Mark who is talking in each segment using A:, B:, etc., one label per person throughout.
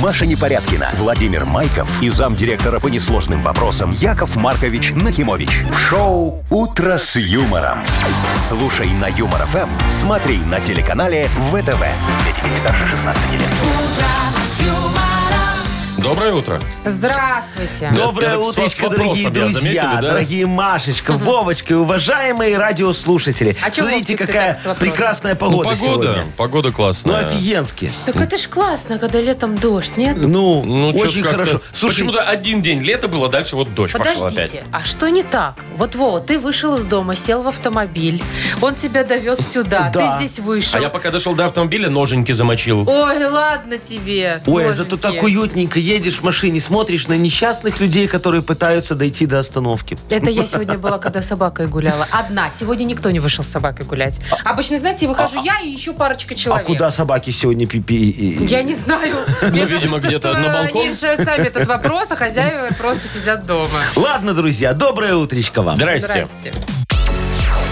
A: Маша Непорядкина, Владимир Майков и замдиректора по несложным вопросам Яков Маркович Нахимович. В шоу «Утро с юмором». Слушай на Юмор ФМ, смотри на телеканале ВТВ. Для детей старше 16 лет.
B: Доброе утро.
C: Здравствуйте.
B: Да.
D: Доброе
B: так с вас
D: утречко,
B: вопрос
D: дорогие
B: объял,
D: друзья,
B: заметили, да?
D: дорогие Машечка, Вовочка, и уважаемые радиослушатели.
C: А чё,
D: Смотрите,
C: Вовчик, ты
D: какая
C: так с вопросом?
D: прекрасная
B: Ну,
D: погода,
B: погода,
D: сегодня.
B: погода
D: Ну,
B: классная.
D: офигенски.
C: Так это ж классно, когда летом дождь, нет?
D: Ну,
B: Ну, чё-то
D: очень
B: как-то-
D: хорошо. Слушай,
B: Почему-то один день лето было, дальше вот дождь пошла опять.
C: Подождите, а что не так? Вот, Вова, ты вышел из дома, сел в автомобиль, он тебя довез сюда,
D: Да.
C: ты здесь вышел.
B: А я пока дошел до автомобиля, ноженьки замочил.
C: Ой, ладно тебе.
D: Ой, а
B: а
C: ноженьки.
D: зато так уютненько едешь в машине, смотришь на несчастных людей, которые пытаются дойти до остановки.
C: Это я сегодня была, когда с собакой гуляла. Одна. Сегодня никто не вышел с собакой гулять. Обычно, знаете, выхожу я и еще парочка
D: А
C: человек.
D: куда собаки сегодня пипи? и- и-
C: Я не знаю. Мне
B: Ну, видимо,
C: кажется,
B: где-то
C: что
B: на балкон.
C: они решают сами этот вопрос, а хозяева просто сидят дома.
D: Ладно, друзья, доброе утречко вам.
B: Здрасте.
C: Здрасте.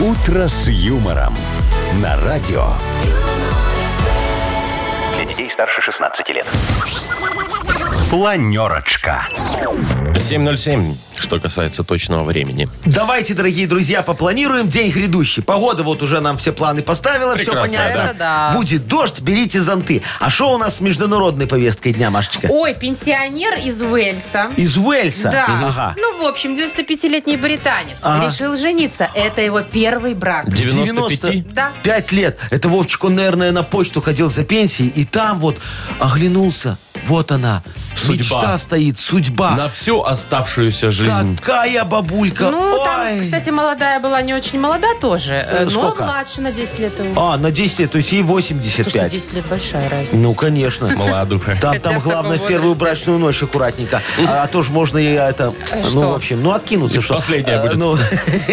A: «Утро с юмором» на радио. Для детей старше 16 лет. Планерочка.
B: 7.07, что касается точного времени.
D: Давайте, дорогие друзья, попланируем день грядущий. Погода вот уже нам все планы поставила,
B: Прекрасно,
D: все понятно.
C: Это да.
D: Будет дождь, берите зонты. А что у нас с международной повесткой дня, Машечка?
C: Ой, пенсионер из Уэльса.
D: Из Уэльса?
C: Да.
D: Ага.
C: Ну, в общем, 95-летний британец
D: Ага.
C: решил жениться. Это его первый брак.
B: 95?
C: Да.
D: Пять лет. Это Вовчик, он, наверное, на почту ходил за пенсией, и там вот оглянулся. Вот она.
B: Судьба.
D: Мечта стоит, судьба.
B: На всю оставшуюся жизнь.
D: Такая бабулька.
C: Ну,
D: Ой.
C: там, кстати, молодая была не очень молода тоже, э, но
D: сколько?
C: младше на 10 лет его.
D: А, на 10 лет, то есть ей 85.
C: Слушайте, 10 лет большая разница.
D: Ну, конечно.
B: Молодуха.
D: Там,
C: Хотя
D: там
C: в таком
D: главное в первую
C: возрасте.
D: брачную ночь аккуратненько. А, а то ж можно и это... Ну,
C: Э, что?
D: в общем, ну, откинуться.
B: И
D: что.
B: последняя
D: А,
B: будет.
D: ну,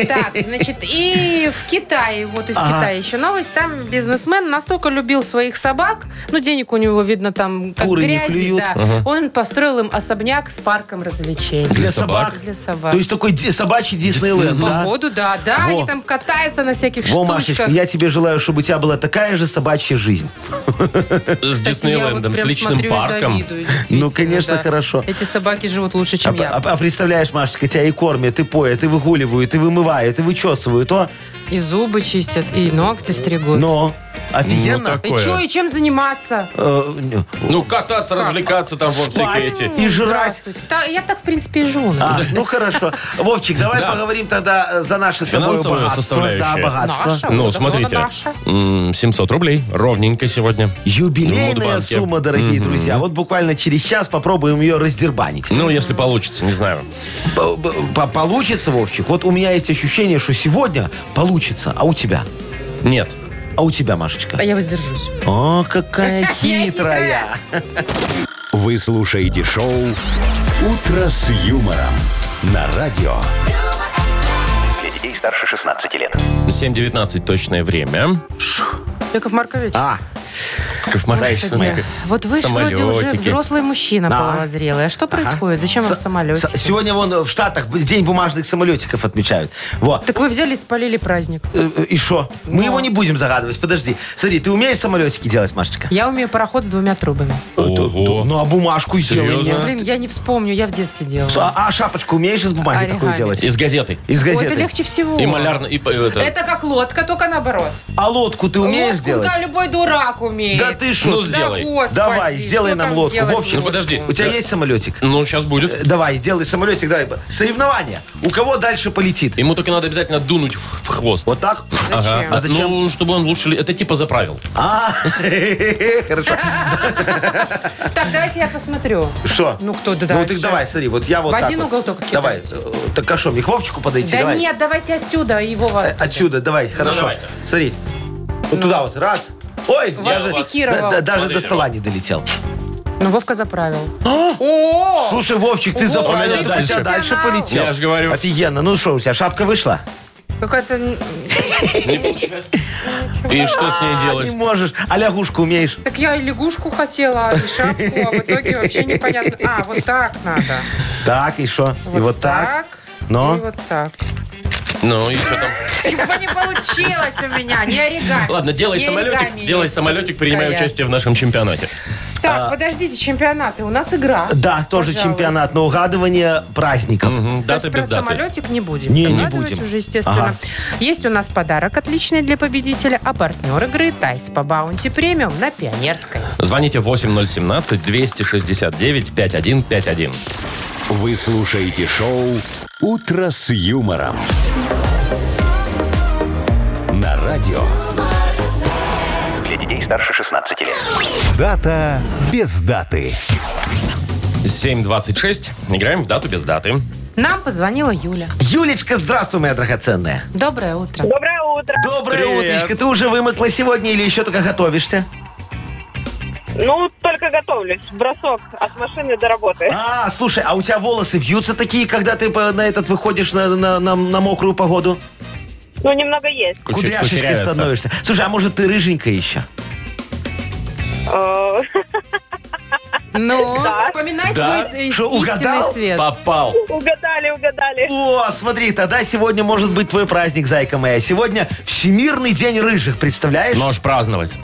C: Так, значит, и в Китае, вот из
D: Ага.
C: Китая еще новость, там бизнесмен настолько любил своих собак, ну, денег у него, видно, там как
D: Куры не
C: грязи,
D: клюют.
C: да, он построил им особняк с парком развлечений.
D: для
B: собак.
D: собак.
C: Для собак.
D: То есть такой ди- собачий Диснейленд, да?
C: Походу, да, да,
D: Во.
C: они там катаются на всяких
D: Во, Машечка,
C: штучках.
D: я тебе желаю, чтобы у тебя была такая же собачья жизнь.
B: С
C: Кстати, я вот
B: Диснейлендом, с
C: прям
B: личным
C: смотрю и
B: парком.
C: завидую, действительно,
D: Ну, конечно,
C: да.
D: хорошо.
C: Эти собаки живут лучше,
D: А,
C: чем я.
D: а- а представляешь, Машечка, тебя и кормят, и поят, и выгуливают, и вымывают, и вычесывают, о.
C: И зубы чистят, и ногти стригут.
D: а. Но
B: Ну,
D: офигенно.
B: так-
C: и
B: такое.
C: что, и чем заниматься?
D: Э, не,
B: Ну, кататься, развлекаться там вот всякие
D: Спать
B: эти.
D: и жрать.
C: Здравствуйте. Та- я так, в принципе, и живу. на
D: А,
C: самом деле.
D: ну хорошо. Вовчик, давай
B: Да.
D: поговорим тогда э, за наши с тобой
B: Финансовую
D: богатство. Да,
B: составляющую.
D: богатство.
C: Наша,
B: Ну,
C: вот это
B: смотрите,
C: она наша.
B: м, 700 рублей, ровненько сегодня. Ну,
D: Юбилейная
B: Мудбанке.
D: сумма, дорогие друзья. Вот буквально через час попробуем ее раздербанить.
B: Ну, если получится, не знаю.
D: Б- б- по- Получится, Вовчик? Вот у меня есть ощущение, что сегодня получится. А у тебя?
B: Нет.
D: А у тебя, Машечка?
C: А я воздержусь.
D: О, какая хитрая.
A: Вы слушаете шоу «Утро с юмором» на радио. Для детей старше 16 лет.
B: 7.19 точное время.
C: Яков Маркович,
D: А,
B: Яков Маркович,
C: кстати,
B: смотри,
C: вот вы ж вроде уже
B: самолетики.
C: взрослый мужчина
D: Да.
C: половозрелый. А что происходит? Зачем вам
D: с-
C: самолетик?
D: с- сегодня вон в Штатах день бумажных самолетиков отмечают. Вот.
C: Так Ну. вы взяли и спалили праздник.
D: Э, э, И что? Мы его не будем загадывать. Подожди. Смотри, ты умеешь самолетики делать, Машечка?
C: Я умею пароход с двумя трубами.
B: Ого.
D: Ну, а бумажку сделай.
B: Серьезно?
D: мне.
C: Блин, я не вспомню, я в детстве делала.
D: А, а шапочку умеешь из бумаги
C: Оригами.
D: такую делать?
B: Из газеты.
D: Из
C: Ой, это
D: газеты.
C: легче всего.
B: И малярно, и... по- это-
C: Это как лодка, только наоборот.
D: А лодку ты умеешь
C: Лодку,
D: делать?
C: да, любой дурак умеет.
D: Да ты что?
B: Ну, сделай.
C: Да, господи,
D: Давай,
C: что
D: сделай нам
C: там
D: лодку.
C: делать
D: Вовчик,
B: Ну, подожди.
D: У тебя есть самолетик?
B: Ну, сейчас будет.
D: Давай, делай самолетик, давай. Соревнования. У кого дальше полетит?
B: Ему только надо обязательно дунуть в в хвост.
D: Вот так?
B: Ага.
D: А зачем?
B: Ну, чтобы он лучше... ли- Это типа заправил.
D: А, хорошо.
C: Так, давайте я посмотрю.
D: Что?
C: Ну, кто да
D: Ну,
C: дальше?
D: ты давай, смотри, вот я вот
C: В
D: так
C: один
D: вот.
C: угол только кидайте.
D: Давай, э, так а что, мне к Вовчику подойти?
C: Да
D: Давай.
C: нет, давайте отсюда его
D: Э, Отсюда, давай, хорошо.
B: Ну, давайте.
D: Смотри. Вот туда вот, раз. Ой,
C: Ну. Вас
D: даже-
C: спикировал.
D: да- да- даже
B: Смотрите.
D: до стола не долетел.
C: Ну, Вовка заправил.
D: А?
C: О!
D: Слушай, Вовчик, ты
C: Во,
D: заправил,
B: ты
D: так у тебя
B: профессионал.
D: дальше полетел.
B: Я ж говорю.
D: Офигенно. Ну что, у тебя шапка вышла?
C: Какая-то... н- А,
B: И что с ней
D: Не
B: делать?
D: можешь. А лягушку умеешь?
C: Так я и лягушку хотела, и шапку, а в итоге вообще непонятно. А, вот так надо.
D: Так, и что? и вот так. Но?
C: И вот так.
B: Ну, и что там?
C: Чего не получилось у меня, не оригами.
B: Ладно, делай
C: Не
B: самолетик.
C: оригами
B: Делай
C: есть
B: самолетик, принимай
C: русская.
B: участие в нашем чемпионате.
C: Так, подождите, чемпионаты. У нас игра.
D: А. Да, тоже
C: Пожалуй.
D: чемпионат на угадывание праздников.
B: Мгм,
C: То есть
B: Дата
C: про
B: без даты.
C: самолетик не будем.
D: Не, не
C: загадывать
D: будем.
C: уже, естественно.
D: Ага.
C: Есть у нас подарок отличный для победителя, а партнер игры Тайс по Баунти Премиум на Пионерской.
B: Звоните 8017-269-5151.
A: Вы слушаете шоу «Утро с юмором». На радио.
E: Для детей старше 16 лет.
A: Дата без даты.
B: 7.26. Играем в дату без даты.
C: Нам позвонила Юля.
D: Юлечка, здравствуй, моя драгоценная.
C: Доброе утро.
F: Доброе утро.
D: Доброе
B: Привет.
D: утречко. Ты уже вымыкла сегодня или еще только готовишься?
F: Ну, только готовлюсь. Бросок от машины до работы.
D: А, слушай, а у тебя волосы вьются такие, когда ты по- на этот выходишь на, на- на- на мокрую погоду?
F: Ну, немного есть.
B: Куча-
D: Кудряшечкой
B: кучерявятся.
D: становишься. Слушай, а может ты рыженькая еще?
F: Э,
C: Ну, вспоминай
B: Да.
C: свой э,
D: Что,
C: истинный
D: угадал?
C: цвет.
B: Попал.
F: Угадали, угадали.
D: О, смотри, тогда сегодня может быть твой праздник, зайка моя. Сегодня Всемирный день рыжих, представляешь?
B: Можешь праздновать.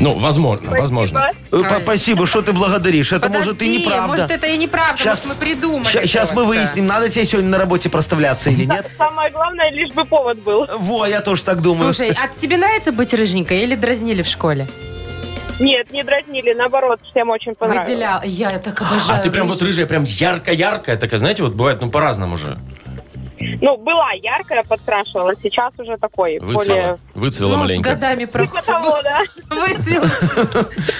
B: Ну, возможно, возможно.
D: Э, по- Спасибо, что ты благодаришь. Это может и
C: Подожди,
D: неправда.
C: может, это и неправда, может,
D: Щас-
C: мы придумали.
D: Сейчас мы
C: просто.
D: выясним, надо тебе сегодня на работе проставляться или нет.
F: Самое главное, лишь бы повод был.
D: Во, я тоже так думаю.
C: Слушай, а тебе нравится быть рыженькой или дразнили в школе?
F: Нет, не дразнили, наоборот, всем очень понравилось.
C: Выделял. Я так обожаю.
B: А ты прям вот рыжая,
C: рыжих.
B: прям ярко-яркая такая, знаете, вот бывает, ну, по-разному же.
F: Ну, была яркая, подкрашивала, сейчас уже такой, более...
B: Выцвела. Выцвела
C: Ну, с
B: маленько.
C: годами
F: Типа того,
C: проходит.
F: да.
C: Выцвел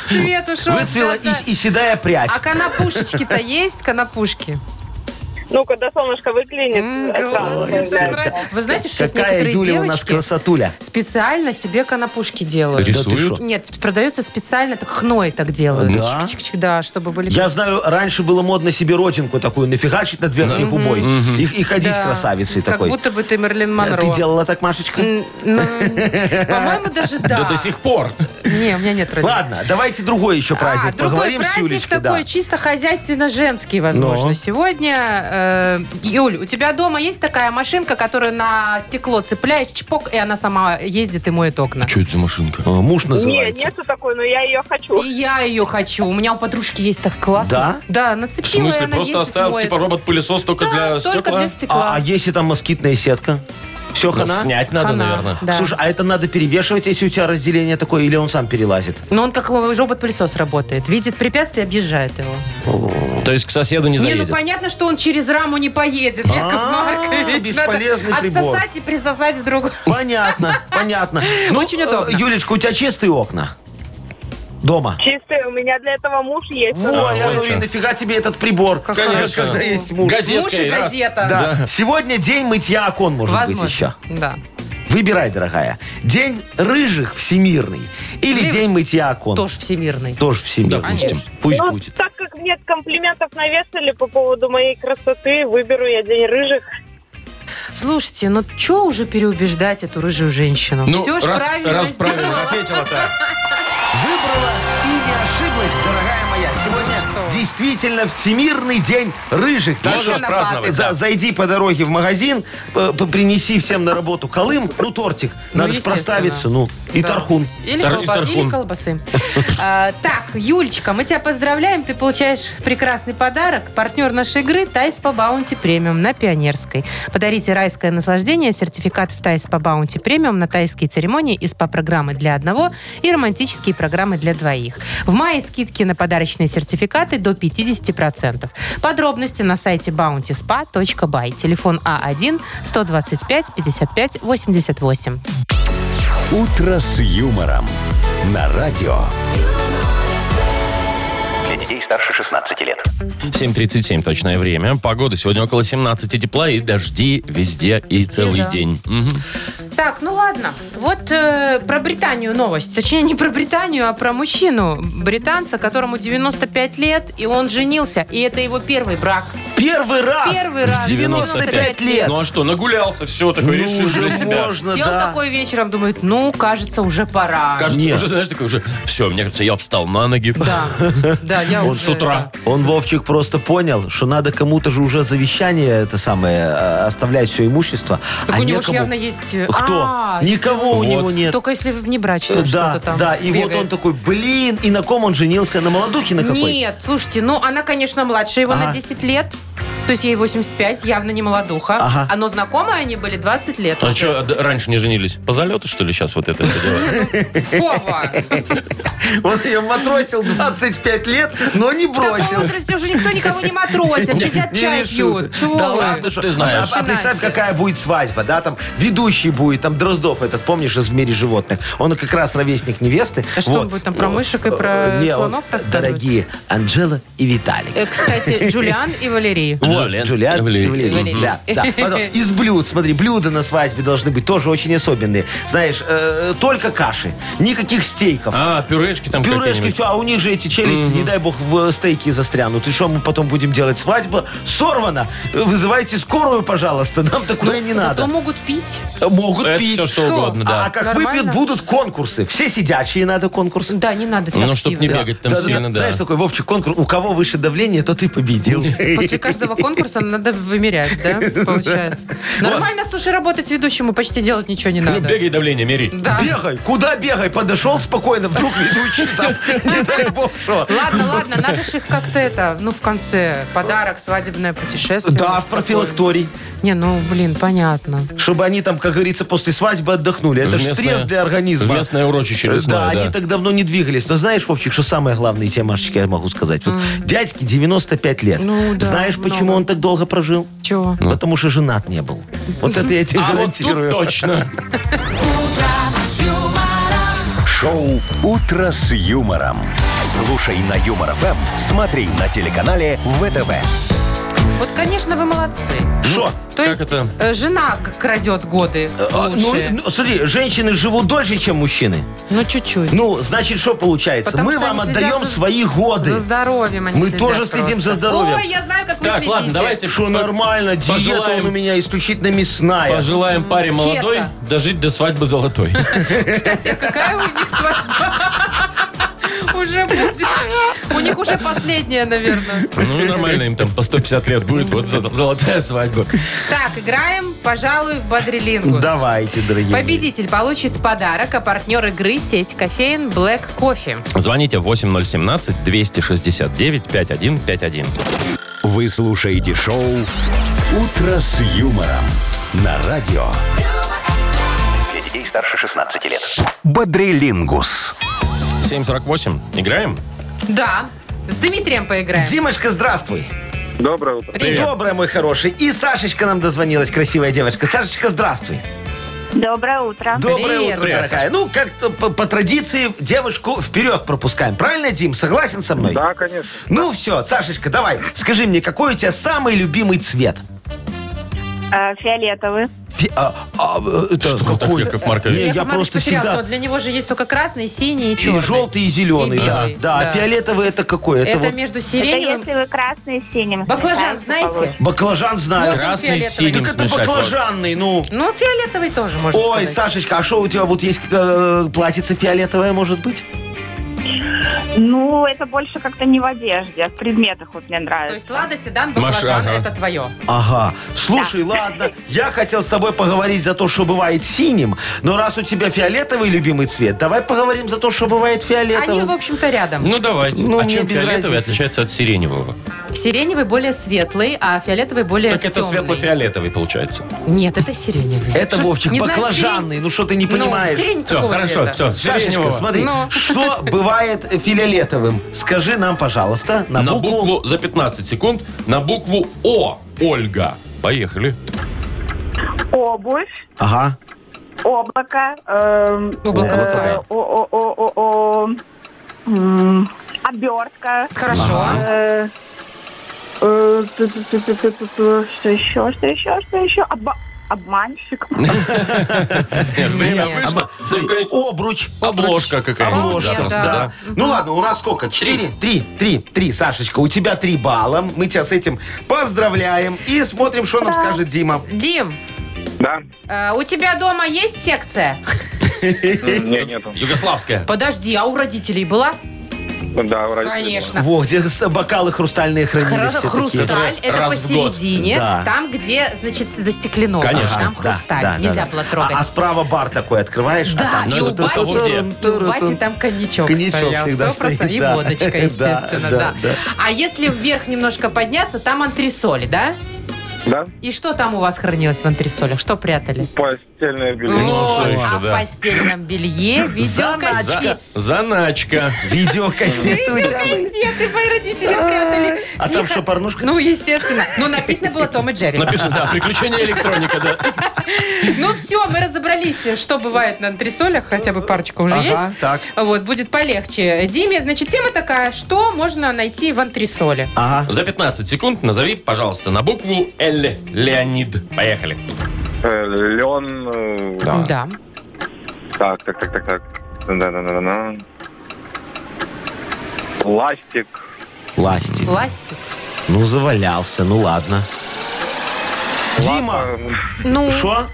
C: цвет ушел.
D: Выцвела и,
C: Да-да.
D: и седая прядь.
C: А конопушечки-то есть? Конопушки?
F: Ну, когда солнышко выглянет,
C: М,
F: это сразу
C: класс.
F: появляется.
C: Вы знаете, что есть
D: Какая
C: некоторые
D: Юля у нас
C: девочки
D: красотуля.
C: специально себе конопушки делают.
D: Да ты
B: Рисуют.
D: шо?
C: Нет, продается специально, так хной так делают.
D: Да?
C: Чик-чик-чик, Да, чтобы были...
D: Я знаю, раньше было модно себе родинку такую нафигачить над верхней губой и, и ходить
C: Да.
D: красавицей
C: Как
D: такой.
C: будто бы ты Мерлин
D: Э,
C: Монро.
D: Ты делала так, Машечка?
C: М, ну, По-моему, даже да.
B: Да до сих пор.
C: Не, у меня нет родителей.
D: Ладно, давайте другой еще праздник
C: А, другой
D: поговорим с
C: праздник
D: Юлечкой.
C: такой, чисто хозяйственно-женский, возможно.
D: Ну.
C: Сегодня, э, Юль, у тебя дома есть такая машинка, которая на стекло цепляет, чпок, и она сама ездит и моет окна?
B: Что это за машинка?
D: да. Э, Муж
F: Нет,
D: называется.
F: нету такой, но я ее хочу.
C: И я ее хочу. У меня у подружки есть так классно.
D: Да?
C: Да,
B: В
C: нацепила, и
B: смысле,
C: она
B: просто
C: ездит,
B: оставил,
C: моет.
B: типа, робот-пылесос только
C: Да,
B: для
C: только
B: стекла?
C: для стекла.
D: А, а если там москитная сетка? Все,
B: Ну,
D: хана?
B: Снять надо,
C: Хана,
B: наверное.
C: да.
D: Слушай, а это надо перевешивать, если у тебя разделение такое, или он сам перелазит?
C: Но он как робот-пылесос работает. Видит препятствие, объезжает его.
B: То есть к соседу не
C: Не, ну
B: заедет.
C: понятно, что он через раму не поедет, Яков
D: А,
C: Маркович.
D: бесполезный
C: Надо
D: прибор.
C: Отсосать и присосать в другую.
D: Понятно, понятно. Ну,
C: Очень
D: э,
C: удобно.
D: Юлечка, у тебя чистые окна? Дома?
F: Чистые, у меня для этого муж есть.
D: Во,
B: А,
D: я
B: вот
D: говорю,
B: чё.
D: нафига тебе этот прибор?
C: Как
B: Конечно.
C: хорошо.
D: Когда есть муж.
B: Газеткой,
C: Муж и
B: раз.
C: газета.
D: Да. Сегодня день мытья окон, может
C: Возможно.
D: быть, еще.
C: Да.
D: Выбирай, дорогая. День рыжих всемирный или
C: Или
D: день мытья окон.
C: Тоже всемирный.
D: Тоже всемирный.
B: Допустим.
D: Пусть
F: Ну,
D: будет.
F: так как мне комплиментов навешали по поводу моей красоты, выберу я день рыжих.
C: Слушайте, ну что уже переубеждать эту рыжую женщину?
B: Ну,
C: Все ж
B: раз,
C: правильно
B: раз правильно
C: сделала.
B: ответила так.
D: Выбрала и не ошиблась, дорогая моя. Сегодня
C: Ну
D: действительно всемирный день рыжих. Так
B: Можешь
D: что
B: праздновать.
D: за-
B: да.
D: зайди по дороге в магазин, э, п- принеси всем на работу колым, ну тортик.
C: Ну,
D: Надо же
C: естественно.
D: проставиться, ну, и
C: Да.
D: тархун.
C: Или,
B: Тар- и
C: колба-
B: тархун.
C: или колбасы. А, Так, Юлечка, мы тебя поздравляем. Ты получаешь прекрасный подарок. Партнер нашей игры Тайс по Баунти Премиум на Пионерской. Подарите райское наслаждение, сертификат в Тайс по Баунти Премиум на тайские церемонии и СПА-программы для одного и романтические программы для двоих. В мае скидки на подарочные сертификаты до 50%. Подробности на сайте bountyspa.by. Телефон А А1 125 55 88.
A: «Утро с юмором». На радио.
E: Для детей старше 16 лет.
B: 7.37 точное время. Погода сегодня около 17 тепла и дожди везде и целый
C: да.
B: день. Мгм.
C: Так, ну ладно. Вот э, про Британию новость. Точнее, не про Британию, а про мужчину. Британца, которому 95 лет, и он женился. И это его первый брак.
D: Первый раз!
C: Первый раз.
B: 95
D: 95 А, лет!
B: Ну а что, нагулялся, все,
D: Ну,
B: такой решил
D: уже
B: для себя.
D: можно,
C: Сел
D: да.
C: такой вечером, думает, ну, кажется, уже пора.
B: Кажется,
D: А, Нет.
B: уже, знаешь, такой уже, все, мне кажется, я встал на ноги.
C: Да, да, я
B: Он
C: уже,
B: с утра.
C: да.
D: Он, Вовчик, просто понял, что надо кому-то же уже завещание это самое э, оставлять все имущество.
C: Так
D: а
C: у него же
D: некому-
C: явно есть... э,
D: Кто?
C: а,
D: Никого у
B: если-
D: него
B: Вот.
D: нет.
C: Только если внебрачно
D: Э, да,
C: что-то там
D: да. И вот
C: бегает.
D: он такой, блин, и на ком он женился? На молодухе на какой?
C: Нет, слушайте, ну она, конечно, младше его на
D: Ага.
C: 10 лет. То есть ей 85, явно не молодуха.
D: Ага.
C: А, Но знакомые они были 20 лет.
B: А
C: уже.
B: что, раньше не женились? По залету, что ли, сейчас вот это все дело?
C: Вова!
D: Он ее матросил 25 лет, но не
C: В таком
D: бросил.
C: возрасте уже никто никого не матросит. Сидят
D: Не
C: чай
D: решился.
C: пьют. Чего
D: Да
C: вы?
D: ладно, что
B: Ты знаешь.
D: А, а представь,
C: Начинайте.
D: какая будет свадьба, да, там ведущий будет, там Дроздов этот, помнишь, из «В мире животных». Он как раз ровесник невесты.
C: А что он будет там, про мышек и про
D: Э, Не, он-
C: слонов рассказывать?
D: Дорогие Анжела и Виталик.
C: Э, Кстати, Джулиан и Валерий.
D: Вот,
B: Джулиан.
D: Джулиан
B: Валерий.
D: и Валерий.
C: Валерий.
D: Да, да. Потом, из блюд, смотри, блюда на свадьбе должны быть тоже очень особенные. Знаешь, э, только каши, никаких стейков.
B: А, пюрешки там
D: Пюрешки,
B: какие-нибудь.
D: все, а у них же эти челюсти, не дай бог, в стейки застрянут. И что мы потом будем делать? Свадьба сорвана. Э, Вызывайте скорую, пожалуйста. Нам такое не
C: Зато
D: надо.
C: могут пить.
D: Могут
B: Это
D: пить.
B: все что
C: Что?
B: угодно,
D: А,
B: да.
D: как
C: Нормально?
D: выпьют, будут конкурсы. Все сидячие надо конкурсы.
C: Да, не надо себя
B: Ну, чтоб не
C: активно.
B: бегать там
D: Да-да-да.
B: сильно, да.
D: Знаешь, такой, Вовчик, конкурс, у кого выше давление, то ты победил.
C: После каждого конкурса надо вымерять, да, получается. Нормально, слушай, работать ведущему почти делать ничего не
B: Ну,
C: надо.
B: бегай, давление
D: А,
B: мери.
C: Да.
D: Бегай, куда бегай? Подошел спокойно, вдруг ведущий там, не дай бог, что.
C: Ладно, ладно, надо же их как-то это, ну, в конце, подарок, свадебное путешествие.
D: Да,
C: может,
D: в профилакторий.
C: такое. Не, ну, блин, понятно.
D: Чтобы они там, как говорится, после свадьбы отдохнули. Это же
B: Местное-
D: стресс для организма.
B: местное урочище лесное,
D: Да,
B: да.
D: они так давно не двигались. Но знаешь, Вовчик, что самое главное, тебе, Машечка, я могу сказать. Вот дядьке 95 лет.
C: Ну да,
D: знаешь, почему
C: много.
D: он так долго прожил?
C: Чего?
D: Потому что женат не был. Вот это я тебе
B: Ну. А вот тут
D: гарантирую.
B: точно.
A: Шоу «Утро с юмором». Слушай на Юмор ФМ, смотри на телеканале ВТВ.
C: Вот, конечно, вы молодцы.
D: Что?
C: То
B: Как
C: есть
B: это?
C: э, жена к- крадет годы
D: А, Ну,
C: лучшие.
D: ну, смотри, женщины живут дольше, чем мужчины.
C: Ну, чуть-чуть.
D: Ну, значит, что получается?
C: Потому
D: Мы
C: что
D: вам
C: они следят
D: отдаем
C: за-
D: свои годы.
C: За здоровьем они
D: Мы
C: следят
D: тоже следим
C: просто.
D: за здоровьем.
C: Ой, я знаю, как вы
B: Так,
C: следите.
B: ладно, давайте.
D: Что
B: по-
D: нормально, диета
B: пожелаем-
D: он у меня исключительно мясная.
B: Пожелаем паре молодой дожить до свадьбы золотой.
C: Кстати, какая у них свадьба? Уже будет. У них уже последняя, наверное.
B: Ну, нормально им там по 150 лет будет. Вот зо- золотая свадьба.
C: Так, играем, пожалуй, в Бодрилингус.
D: Давайте, дорогие. мои.
C: Победитель получит подарок, а партнер игры сеть кофеин Black Coffee.
B: Звоните 8017-269-5151.
A: Вы слушаете шоу «Утро с юмором» на радио
E: Для детей старше 16 лет.
A: «Бодрилингус».
B: 748. Играем?
C: Да, с Дмитрием поиграем.
D: Димочка, здравствуй.
F: Доброе утро.
C: Привет.
D: Доброе, мой хороший. И Сашечка нам дозвонилась, красивая девочка. Сашечка, здравствуй.
G: Доброе утро.
D: Доброе
C: Привет.
D: утро,
B: Привет,
D: дорогая. Ну, как по, по традиции, девушку вперед пропускаем. Правильно, Дим? Согласен со мной?
F: Да, конечно.
D: Ну все, Сашечка, давай, скажи мне, какой у тебя самый любимый цвет?
G: Э, фиолетовый.
D: Фи- а, а, э, это
B: Что вы так,
D: какой?
B: Яков Маркович?
D: Не,
C: Яков
D: я
C: Маркович
D: просто
C: потерялся.
D: всегда...
C: Вот для него же есть только красный, синий и черный.
D: И желтый, и зеленый,
C: И
D: да,
C: белый,
D: да.
C: да.
D: А фиолетовый это какой? Это,
C: Это,
D: вот
C: между
G: Это
C: сиреневым...
G: если вы красный с синим.
C: Баклажан,
G: сочетаете,
C: знаете?
G: получится.
D: баклажан знаю.
C: Да.
B: Красный с
C: фиолетовый.
B: синим
D: так это
B: смешать. вот.
D: баклажанный, ну.
C: Ну, фиолетовый тоже, можно
D: Ой,
C: сказать.
D: Сашечка, а что у тебя вот есть э, платьице фиолетовое, может быть?
G: Ну, это больше как-то не в одежде, а в предметах вот мне
C: То
G: нравится.
C: есть Лада, Седан,
B: Маша,
C: Баклажан
B: ага.
C: – это твое.
D: Ага. Слушай, ладно, я хотел с тобой поговорить за то, что бывает синим, но раз у тебя фиолетовый любимый цвет, давай поговорим за то, что бывает
C: Они, в
D: фиолетовым.
C: общем-то, рядом.
B: Ну, давайте.
D: Ну,
B: а
D: мне
B: чем
D: без
B: фиолетовый
D: разницы.
B: отличается от сиреневого?
C: Сиреневый более светлый, а фиолетовый более
B: так это
C: темный.
B: светло-фиолетовый получается.
C: Нет, это сиреневый.
D: Это,
C: Что ж,
D: Вовчик,
C: не знаешь
D: баклажанный, ну что ты не
C: сирень? Ну,
D: понимаешь?
C: сирень
B: Все,
C: какого
B: хорошо,
C: цвета?
B: все,
D: Сашечка,
B: сиреневого.
D: смотри,
C: Ну.
D: что бывает фиолетовым? Скажи нам, пожалуйста, на,
B: на букву... за 15 секунд на букву О. Ольга. Поехали.
G: Обувь,
D: Ага.
G: облако, эм,
C: Облако,
G: э,
D: облако, да.
G: о- о- о- о- о, м, обертка.
C: Хорошо.
G: э, э, ту- ту- ту- ту- ту- ту- ту, Что еще, что еще, что еще? Оба- обманщик.
B: Нет, время
C: Нет.
B: вышло. Смотри, какая-нибудь
D: Обруч.
B: Обложка какая-нибудь.
D: Обложка,
B: да,
D: да.
B: просто, да.
D: Ну ладно, у нас сколько? Четыре? Три. Три. Три, Сашечка. У тебя три балла. Мы тебя с этим поздравляем. И смотрим, что нам скажет Дима.
C: Дим,
H: Да?
C: э, у тебя дома есть секция?
H: Нет, нету.
B: Югославская.
C: Подожди, а у родителей была?
H: Да, у родителей
C: Конечно.
D: Во, где с- бокалы хрустальные хранились
C: Хра-
D: все такие.
C: Хрусталь
B: Которые
C: это
B: раз в год.
C: посередине,
D: Да.
C: там, где, значит, застеклено.
B: Конечно.
D: Ага,
C: Там
D: да,
C: хрусталь.
D: да, да,
C: Нельзя
D: да.
C: было трогать.
D: А, а справа бар такой открываешь,
C: Да,
D: а там
C: и
B: Ну,
C: у
B: это того,
C: бати-
B: где.
C: И у бати там коньячок,
D: Коньячок
C: стоял,
D: всегда
C: 100%,
D: стоит,
C: и
D: да.
C: водочка, естественно,
D: Да, да,
C: да.
D: да.
C: А если вверх немножко подняться, там антресоли, да?
H: Да?
C: И что там у вас хранилось в антресолях? Что прятали?
H: Постельное белье.
C: Вот,
B: что еще,
C: а
B: Ну, да.
C: в постельном белье видеокассеты.
B: За- Заначка.
D: Видеокассеты у тебя были.
C: Видеокассеты мои родители прятали.
D: А
C: С
D: там
C: них-
D: что, порнушка?
C: Ну, естественно. Ну, написано было Том и Джерри.
B: Написано, да, приключения электроника, да.
C: Ну все, мы разобрались, что бывает на антресолях, хотя бы парочка уже
D: Ага,
C: есть.
D: так.
C: Вот, будет полегче. Диме, значит, тема такая, что можно найти в антресоле?
D: Ага.
B: За 15 секунд назови, пожалуйста, на букву Л. Леонид. Поехали.
H: Э, Лен... э,
C: Да.
H: Так, так, так, так, так. Да-да-да-да-да. Ластик.
D: Ластик.
C: Пластик.
D: Ну, завалялся, ну ладно. Дима!
H: Э,
C: Ну,
D: Что?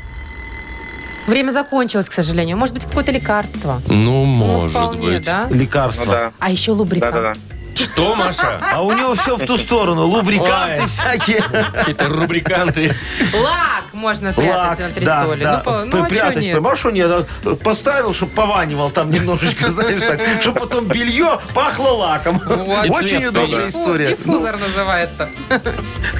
C: время закончилось, к сожалению. Может быть, какое-то лекарство.
B: Ну,
C: ну,
B: может
C: вполне,
B: быть.
C: да.
H: Ну
D: Лекарство.
H: да,
C: А еще лубрикант.
H: да-да-да.
B: Что, Маша?
D: А у него все в ту сторону. Лубриканты
B: Ой.
D: всякие.
B: Какие-то рубриканты.
C: Лак можно
D: Лак,
C: прятать в антресоле.
D: да, да.
C: Ну, по- ну, а чё
D: Припрятать
C: нет?
D: прям. А что нет? А, Поставил, чтобы пованивал там немножечко, знаешь, так, чтобы потом белье пахло лаком.
C: Вот.
B: И
D: Очень
B: цвет тоже.
D: удобная
C: а Фу,
D: история. Ну,
C: Диффузор называется.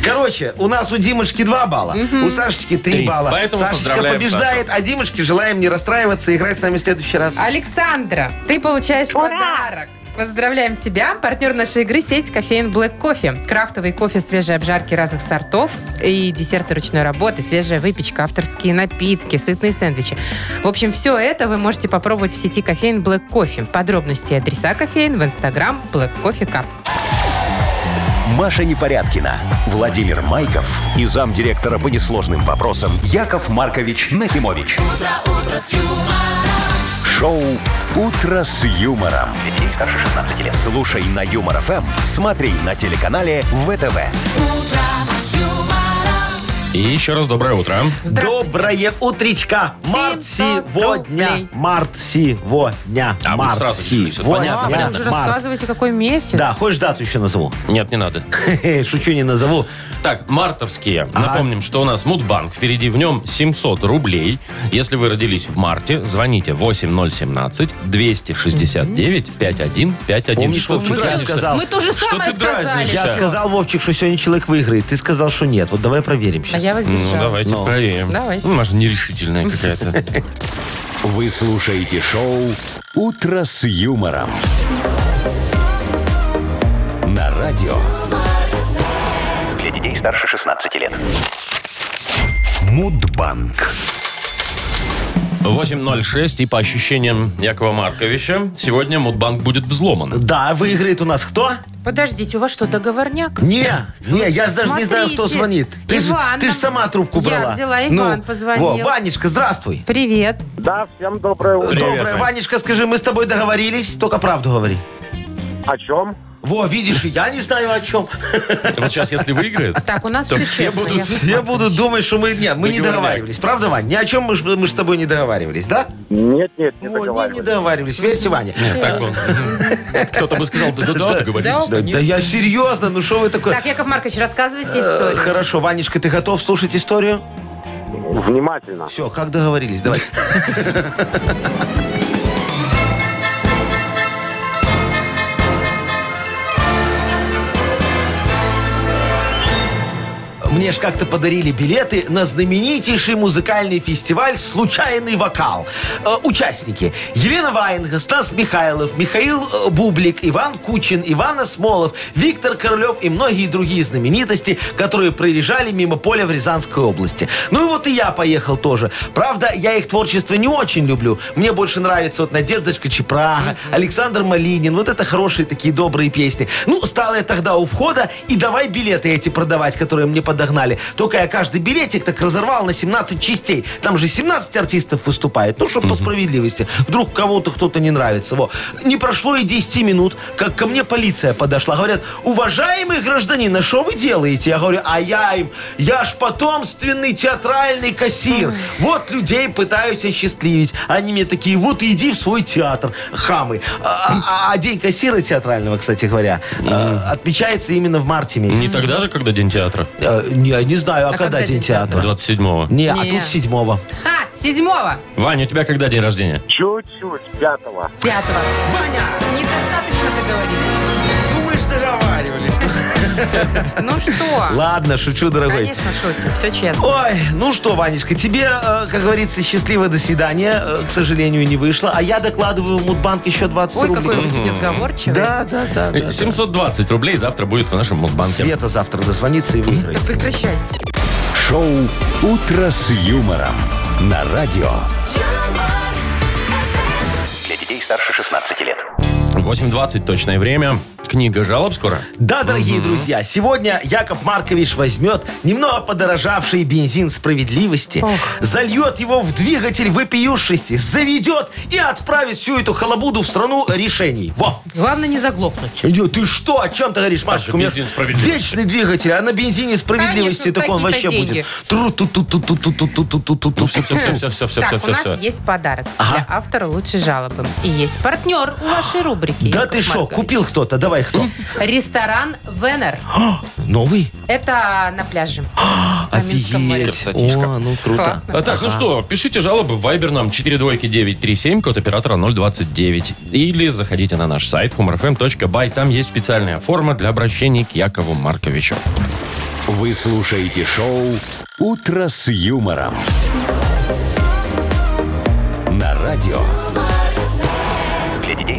D: Короче, у нас у Димочки 2 балла, у Сашечки 3
B: Три.
D: балла.
B: Поэтому
D: Сашечка
B: поздравляем
D: побеждает, а Димочке желаем не расстраиваться и играть с нами в следующий раз.
C: Александра, ты получаешь
G: Ура!
C: подарок. Поздравляем тебя! Партнер нашей игры – сеть кофеин Black Кофе. Крафтовый кофе, свежие обжарки разных сортов и десерты ручной работы, свежая выпечка, авторские напитки, сытные сэндвичи. В общем, все это вы можете попробовать в сети кофеин Black Кофе. Подробности и адреса кофеин в инстаграм Black Coffee Cup.
A: Маша Непорядкина, Владимир Майков и замдиректора по несложным вопросам Яков Маркович Нахимович. Шоу Утро с юмором. Детей старше 16 лет. Слушай на юмор ФМ, смотри на телеканале ВТВ.
B: И еще раз доброе утро.
C: Здравствуйте.
D: Доброе утречка! Март
C: 700 рублей.
D: сегодня! Март сегодня!
B: А вы
D: Март
B: сразу решили, всё понятно,
C: А, вы
B: понятно.
C: уже
D: Март.
C: рассказываете, какой месяц.
D: Да, хочешь дату еще назову?
B: Нет, не надо.
D: Шучу, не назову.
B: Так, мартовские. Напомним, что у нас Мудбанк. Впереди в нем 700 рублей. Если вы родились в марте, звоните 8017-269-5151.
D: Помнишь,
B: Что
D: Вовчик,
B: ты
D: я
B: дразнишься?
D: сказал?
C: Мы то же
B: Что
C: самое
B: ты
C: сказали.
B: дразнишься?
D: Я сказал, Вовчик, что сегодня человек выиграет. Ты сказал, что нет. Вот давай проверим
C: А
D: сейчас.
C: я воздержалась.
B: Ну, давайте
D: Ну.
B: проверим.
C: Давайте.
B: Ну, Маша нерешительная какая-то.
A: Вы слушаете шоу Утро с юмором. На радио
E: Для детей старше 16 лет.
A: Мудбанк.
B: 8.06, и по ощущениям Якова Марковича, сегодня Мудбанк будет взломан.
D: Да, выиграет у нас кто?
C: Подождите, у вас что, договорняк?
D: Не, не, я даже не знаю, кто
C: Смотрите,
D: звонит. Ты же
C: Иван
D: ты ж
C: нам-
D: сама трубку
C: Я
D: брала. Ну,
C: взяла, Иван позвонил.
D: Во, Ванечка, здравствуй.
C: Привет.
H: Да, всем доброе утро.
B: Привет,
D: Доброе,
B: Вань.
D: Ванечка, скажи, мы с тобой договорились, только правду говори.
H: О чем?
D: Во, видишь, и я не знаю о чем.
B: Вот сейчас, если выиграет,
C: Так, у нас
B: то
C: все
B: все
C: честно,
B: будут...
C: Яков
D: Все будут думать, что мы... Нет, мы не
B: Договорняк.
D: договаривались. Правда, Вань? Ни о чем мы ж- мы ж с тобой не договаривались, да?
H: Нет, нет, не
D: О, не, не
H: договаривались.
D: договаривались. Верьте Ване.
B: Так вот. Кто-то бы сказал, да-да-да, договорились.
D: Да, да я серьезно, ну что вы такое...
C: Так, Яков Маркович, рассказывайте
D: Э,
C: историю.
D: Хорошо, Ванечка, ты готов слушать историю?
H: Внимательно.
D: Все, как договорились, давай. Мне ж как-то подарили билеты на знаменитейший музыкальный фестиваль «Случайный вокал». Э, участники. Елена Ваенга, Стас Михайлов, Михаил э, Бублик, Иван Кучин, Иван Осмолов, Виктор Королев и многие другие знаменитости, которые проезжали мимо поля в Рязанской области. Ну и вот и я поехал тоже. Правда, я их творчество не очень люблю. Мне больше нравится вот Надеждочка Чепрага, Александр Малинин. Вот это хорошие такие добрые песни. Ну, стала я тогда у входа и давай билеты эти продавать, которые мне подогнали нагнали. Только я каждый билетик так разорвал на 17 частей. Там же 17 артистов выступает. Ну, чтобы по справедливости. Вдруг кого-то кто-то не нравится. Во. Не прошло и 10 минут, как ко мне полиция подошла. Говорят, уважаемый гражданин, а что вы делаете? Я говорю, а я им, я ж потомственный театральный кассир. Вот людей пытаюсь осчастливить. Они мне такие, вот иди в свой театр, хамы. А, а- а день кассира театрального, кстати говоря, э, отмечается именно в марте месяце.
B: Не тогда же, когда День театра?
D: Э, Не, не знаю, а,
C: А
D: когда, день театра?
B: 27-го.
D: Не, а
C: Не.
D: тут седьмого.
C: А, седьмого,
B: Ваня, у тебя когда день рождения?
I: Чуть-чуть, пятого.
C: пятого.
D: Ваня,
C: Недостаточно договорились.
D: думаешь, договаривались?
C: Ну что?
D: Ладно, шучу, дорогой.
C: Конечно, шутим, все честно.
D: Ой, ну что, Ванечка, тебе, э, как говорится, счастливо до свидания. Э, К сожалению, не вышло. А я докладываю в Мудбанк еще 20
C: Ой, какой
D: рублей.
C: вы сговорчивый.
D: Да, да, да.
B: Э,
D: да, да.
B: 720 рублей завтра будет в нашем Мудбанке.
D: Света завтра дозвонится и выиграет.
C: Да прекращайте.
A: Шоу «Утро с юмором» на радио.
E: Для детей старше 16 лет.
B: 8.20 точное время. Книга жалоб скоро.
D: Да, дорогие друзья, сегодня Яков Маркович возьмет немного подорожавший бензин справедливости, зальет его в двигатель вопиюшести, заведет и отправит всю эту халабуду в страну решений. Во!
C: Главное не заглохнуть.
D: Идё, ты что? О чем ты говоришь, Машечка?
B: же
D: У меня
B: бензин справедливости.
D: вечный двигатель, а на бензине справедливости
C: Конечно,
D: так он
C: с
D: вообще
C: такие-то деньги.
D: будет. тру ту ту ту ту ту ту ту ту ту ту
B: Все, все, все, все, все,
C: так,
B: все,
C: у нас
B: все.
C: есть подарок
D: Ага.
C: для автора лучшей жалобы. И есть партнер у вашей рубрики.
D: Да
C: Яков
D: ты что,
C: Маркович.
D: купил кто-то? Давай кто?
C: Ресторан Венер.
D: Новый?
C: Это на пляже. На Минском море.
D: Офигеть.
B: красотишка.
D: О, ну круто.
C: Классно.
B: А так, ну что, пишите жалобы в Viber нам 42937, код оператора 029. Или заходите на наш сайт humorfm.by. Там есть специальная форма для обращений к Якову Марковичу.
A: Вы слушаете шоу «Утро с юмором» на радио.
E: Для детей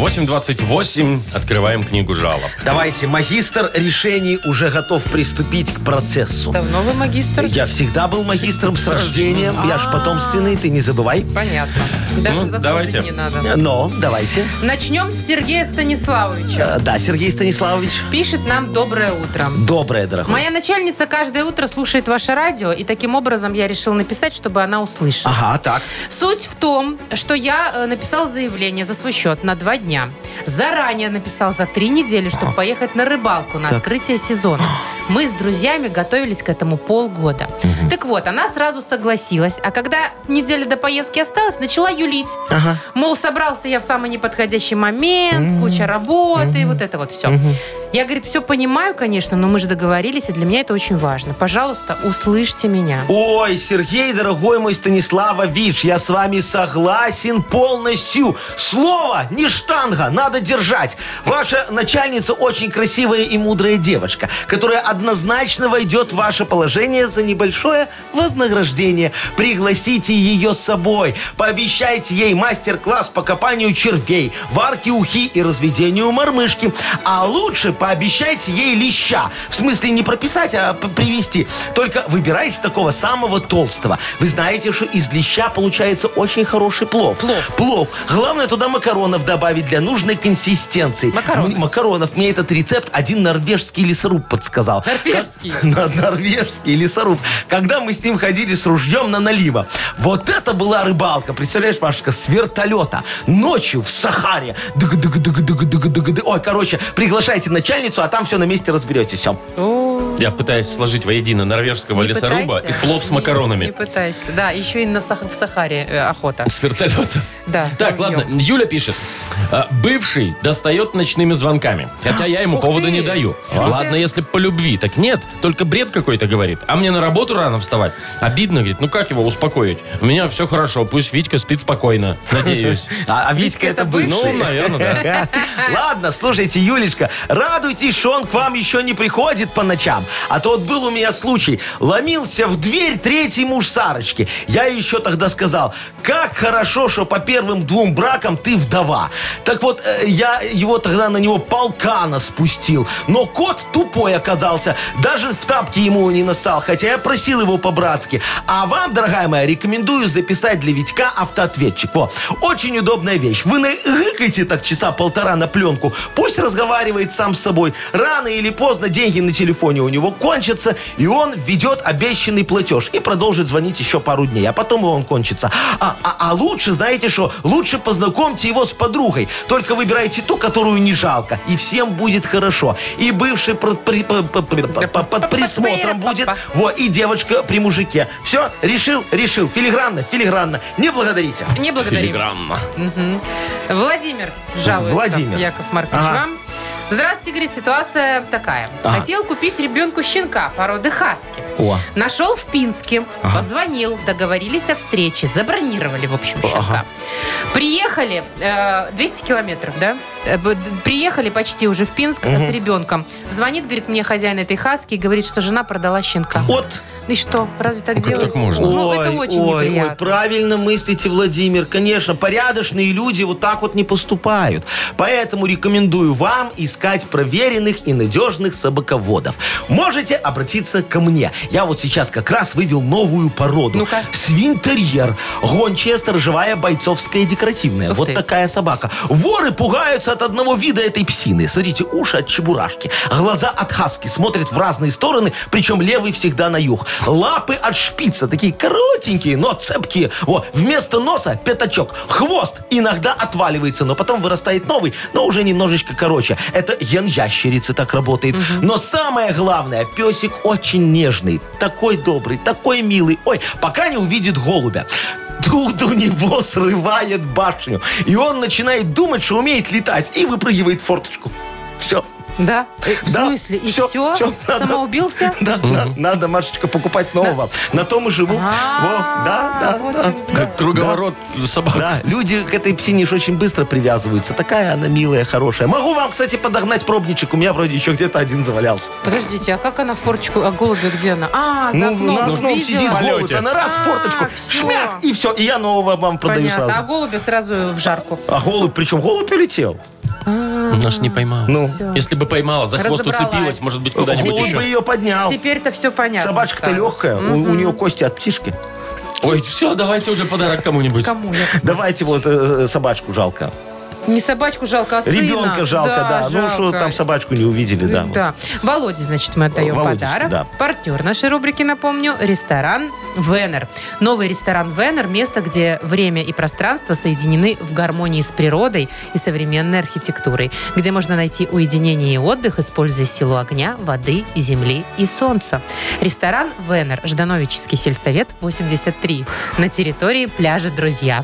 B: 8.28. Открываем книгу жалоб.
D: Давайте, магистр решений уже готов приступить к процессу.
C: Давно вы магистр?
D: Я всегда был магистром с
B: С рождения.
D: рождением. Я ж потомственный, ты не забывай.
C: Понятно. Даже
B: Ну,
C: заслужить
B: давайте.
C: не надо.
D: Но, давайте.
C: Начнем с Сергея Станиславовича.
D: Э, Да, Сергей Станиславович.
C: Пишет нам «Доброе утро».
D: Доброе, дорогой.
C: Моя начальница каждое утро слушает ваше радио, и таким образом я решил написать, чтобы она услышала.
D: Ага, так.
C: Суть в том, что я э, написал заявление за свой счет на два дня. Заранее написал за три недели, чтобы поехать на рыбалку на открытие сезона. Мы с друзьями готовились к этому полгода. Так вот, она сразу согласилась, а когда неделя до поездки осталась, начала юлить. Мол, собрался я в самый неподходящий момент, куча работы, вот это вот все. Я, говорит, все понимаю, конечно, но мы же договорились, и для меня это очень важно. Пожалуйста, услышьте меня.
D: Ой, Сергей, дорогой мой Станиславович, я с вами согласен полностью. Слово не штанга, надо держать. Ваша начальница очень красивая и мудрая девочка, которая однозначно войдет в ваше положение за небольшое вознаграждение. Пригласите ее с собой. Пообещайте ей мастер-класс по копанию червей, варке ухи и разведению мормышки. А лучше пообещайте ей леща. В смысле не прописать, а п- привезти. Только выбирайте такого самого толстого. Вы знаете, что из леща получается очень хороший плов. Плов. Плов. Главное туда макаронов добавить для нужной консистенции.
C: Макаронов.
D: М- Макаронов. Мне этот рецепт один норвежский лесоруб подсказал.
C: Норвежский?
D: На- Норвежский лесоруб. Когда мы с ним ходили с ружьем на налива. Вот это была рыбалка. Представляешь, Машечка, с вертолета. Ночью в Сахаре. Дыг-дыг-дыг-дыг-дыг-дыг-дыг. Ой, короче, приглашайте начальницу, а там все на месте разберетесь. Всё.
C: О.
B: Я пытаюсь сложить воедино норвежского
C: Не
B: лесоруба
C: пытайся.
B: и плов с
C: Не-
B: макаронами.
C: Не, пытайся. Да, еще и на Сах- в Сахаре э, охота.
B: С вертолета.
C: Да,
B: Так,
C: ружьем.
B: ладно, Юля пишет. «А, Бывший достает ночными звонками. Хотя я ему
C: Ух
B: повода
C: ты.
B: не даю.
C: А?
B: Ладно, если б по любви. Так нет, только бред какой-то говорит. А мне на работу рано вставать. Обидно, говорит. Ну как его успокоить? У меня все хорошо. Пусть Витька спит спокойно. Надеюсь.
D: А, а Витька это бывший.
B: Ну, наверное, да.
D: Ладно, слушайте, Юлечка, радуйтесь, что он к вам еще не приходит по вещам. А то вот был у меня случай. Ломился в дверь третий муж Сарочки. Я еще тогда сказал, как хорошо, что по первым двум бракам ты вдова. Так вот, э, я его тогда на него полкана спустил. Но кот тупой оказался. Даже в тапке ему не насал, хотя я просил его по-братски. А вам, дорогая моя, рекомендую записать для Витька автоответчик. Во. Очень удобная вещь. Вы нагыкайте так часа полтора на пленку. Пусть разговаривает сам с собой. Рано или поздно деньги на телефоне у него кончатся, и он ведет обещанный платеж. И продолжит звонить еще пару дней, а потом и он кончится. А, а- а лучше, знаете что, лучше познакомьте его с подругой. Только выбирайте ту, которую не жалко. И всем будет хорошо. И бывший под, при- по- по- при- по- по- под присмотром будет. Во, и девочка при мужике. Все, решил, решил. Филигранно, филигранно. Не благодарите.
C: Не благодарим.
B: Телеграмма.
C: Мгм. Владимир жалуется.
D: Владимир.
C: Яков Маркович,
D: Ага.
C: вам. Здравствуйте, говорит, ситуация такая.
D: Ага.
C: Хотел купить ребенку щенка породы хаски.
D: О.
C: Нашел в Пинске,
D: Ага.
C: позвонил, договорились о встрече, забронировали, в общем, щенка.
D: Ага.
C: Приехали, э, 200 километров, да? Э, б- д- Приехали почти уже в Пинск э, с ребенком. Звонит, говорит, мне хозяин этой хаски и говорит, что жена продала щенка.
D: От.
C: И что, разве так
B: Ну, как
C: делается?
B: так можно?
C: Ну, это очень
D: ой,
C: неприятно.
D: ой, правильно мыслите, Владимир. Конечно, порядочные люди вот так вот не поступают. Поэтому рекомендую вам искать проверенных и надежных собаководов. Можете обратиться ко мне. Я вот сейчас как раз вывел новую породу.
C: Ну-ка.
D: Свинтерьер. Гончая сторожевая бойцовская декоративная.
C: Ух
D: вот
C: ты.
D: такая собака. Воры пугаются от одного вида этой псины. Смотрите, уши от чебурашки, глаза от хаски, смотрят в разные стороны, причем левый всегда на юг. Лапы от шпица, такие коротенькие, но цепкие. О, вместо носа пятачок. Хвост иногда отваливается, но потом вырастает новый, но уже немножечко короче. Это ген ящерицы так работает. Но самое главное, песик очень нежный, такой добрый, такой милый. Ой, пока не увидит голубя тут у него срывает башню. И он начинает думать, что умеет летать. И выпрыгивает в форточку. Все.
C: Да? Э, В
D: Да,
C: смысле? И все?
D: всё, всё, надо.
C: Самоубился?
D: Да, на- надо, Машечка, покупать нового. На том и живу. Во,
C: А,
D: да,
C: вот
D: да,
C: в чем
D: да.
C: дело.
B: Как круговорот собак.
D: Да, люди к этой псине ж очень быстро привязываются. Такая она милая, хорошая. Могу вам, кстати, подогнать пробничек. У меня вроде еще где-то один завалялся.
C: Подождите, а как она форчку, а голуби где она? А, за окном,
D: Ну, на окном
C: видела.
D: сидит голубь.
B: Полете.
D: Она раз в
C: А,
D: форточку,
C: всё.
D: шмяк, и все. И я нового вам продаю
C: Понятно, а
D: сразу.
C: голуби сразу в жарку.
D: А голубь, причем голубь улетел.
B: Наш не поймал.
D: Ну.
C: Всё.
B: Если бы поймала, за хвост
C: Разобралась.
B: уцепилась, может быть, куда-нибудь
D: Голубь бы
B: еще.
D: ее поднял.
C: Теперь-то все понятно.
D: Собачка-то
C: стало.
D: легкая, у, у нее кости от птишки.
B: Ой, все, давайте уже подарок кому-нибудь.
C: Кому я?
D: Давайте вот э, собачку жалко.
C: Не собачку жалко, а сына.
D: Ребенка жалко, да. Ну что
C: жалко.
D: там собачку не увидели, да. вот.
C: Да. Володе, значит, мы отдаем
D: Володечке,
C: подарок.
D: да.
C: Партнер нашей рубрики, напомню, ресторан Венер. Новый ресторан Венер – место, где время и пространство соединены в гармонии с природой и современной архитектурой, где можно найти уединение и отдых, используя силу огня, воды, земли и солнца. Ресторан Венер, Ждановический сельсовет 83, на территории пляжа «Друзья».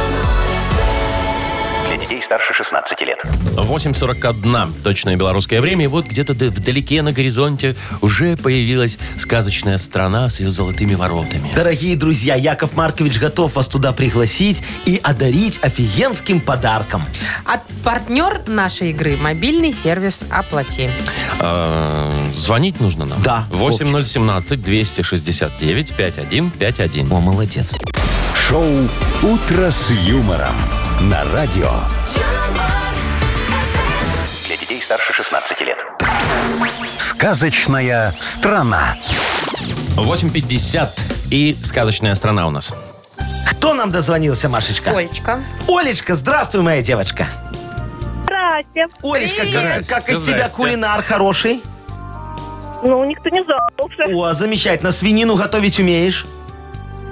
E: Для детей старше 16 лет.
B: 8.41, точное белорусское время. И вот где-то д- вдалеке на горизонте уже появилась сказочная страна с ее золотыми воротами.
D: Дорогие друзья, Яков Маркович готов вас туда пригласить и одарить офигенским подарком.
C: А партнер нашей игры – мобильный сервис «Оплати».
B: А, звонить нужно нам.
D: Да,
B: 8017-269-5151.
D: О, молодец.
A: Шоу «Утро с юмором» на радио.
E: Для детей старше 16 лет.
A: Сказочная страна.
B: 8.50 и сказочная страна у нас.
D: Кто нам дозвонился, Машечка?
C: Олечка.
D: Олечка, здравствуй, моя девочка.
F: Здрасте.
D: Олечка, как,
B: Привет.
D: как из тебя
B: Здрасте.
D: кулинар хороший?
F: Ну, никто не жаловался.
D: О, замечательно. Свинину готовить умеешь?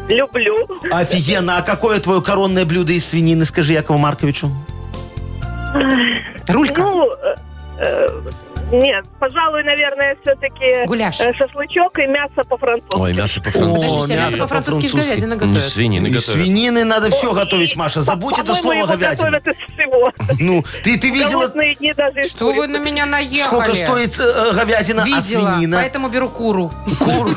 F: Люблю.
D: Офигенно. А какое твое коронное блюдо из свинины, скажи Якову Марковичу?
C: Рулька.
F: Ну, э, э, Нет, пожалуй, наверное, все-таки
C: Гуляш.
F: э, шашлычок и мясо по-французски.
B: Ой, мясо по-французски.
C: Подождите, а мясо
D: мясо
C: по-французски из
D: по-французски.
C: говядины
B: Ну,
C: готовят.
B: свинины
D: Из
B: готовят.
D: свинины надо все готовить, Маша. Забудь это
F: По-моему,
D: слово
F: его
D: говядина.
F: готовят из всего.
D: Ну, ты, ты видела,
F: Голодные дни даже из
C: Что вы
F: курицы.
C: на меня наехали?
D: сколько стоит э, э, говядина, а
C: Видела,
D: свинина?
C: поэтому беру куру.
D: Кур.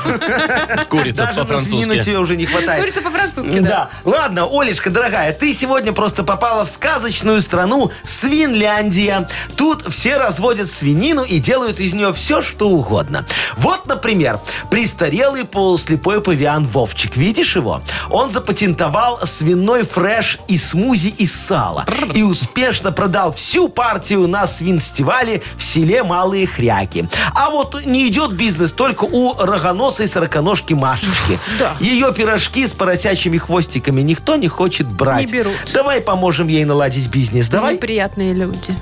B: Курица
D: Даже на свинину
B: по-французски.
D: тебе уже не хватает.
C: Курица по-французски, да.
D: Да. Ладно, Олечка, дорогая, ты сегодня просто попала в сказочную страну Свинляндия. Тут все разводят свинину и делают из нее все, что угодно. Вот, например, престарелый полуслепой павиан Вовчик. Видишь его? Он запатентовал свиной фреш и смузи из сала. И успешно продал всю партию на свинстивале в селе Малые Хряки. А вот не идет бизнес только у рогоносой сороконожки Машечки.
C: Да.
D: Ее пирожки с поросячьими хвостиками никто не хочет брать.
C: Не берут.
D: Давай поможем ей наладить бизнес. Давай,
C: Неприятные люди.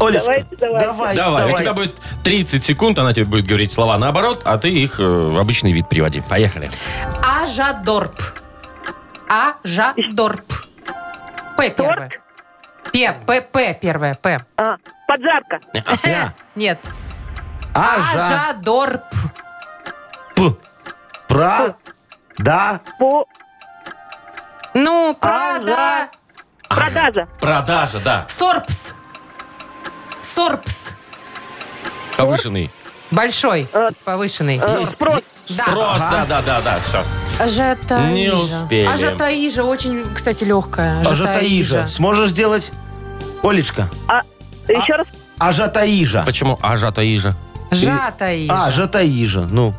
D: Олечка.
F: Давайте, давайте.
D: Давай,
B: Давай, у тебя будет 30 секунд, она тебе будет говорить слова наоборот, а ты их э, в обычный вид приводи. Поехали.
C: Ажадорп. Ажадорп. П первое. П, П, П первое, П.
F: А, Поджарка.
C: Нет.
D: Ажа.
C: Ажадорп.
B: П.
D: Пра. Да.
F: По-
C: Ну, правда.
F: Продажа.
B: Продажа, да.
C: Сорпс. Сорпс.
B: Повышенный.
C: Большой.
F: Э,
C: Повышенный.
F: э, спрос.
C: Да.
B: Просто, да, да, да, все.
C: Ажиотаижа.
B: Не успели.
C: Ажиотаижа очень, кстати, легкая.
D: Ажатаижа. Сможешь сделать? Олечка.
F: Еще раз.
D: Ажатаижа.
B: Почему ажа таижа?
D: А,
B: А,
C: Жатаижа.
D: Ажатаижа. Ну.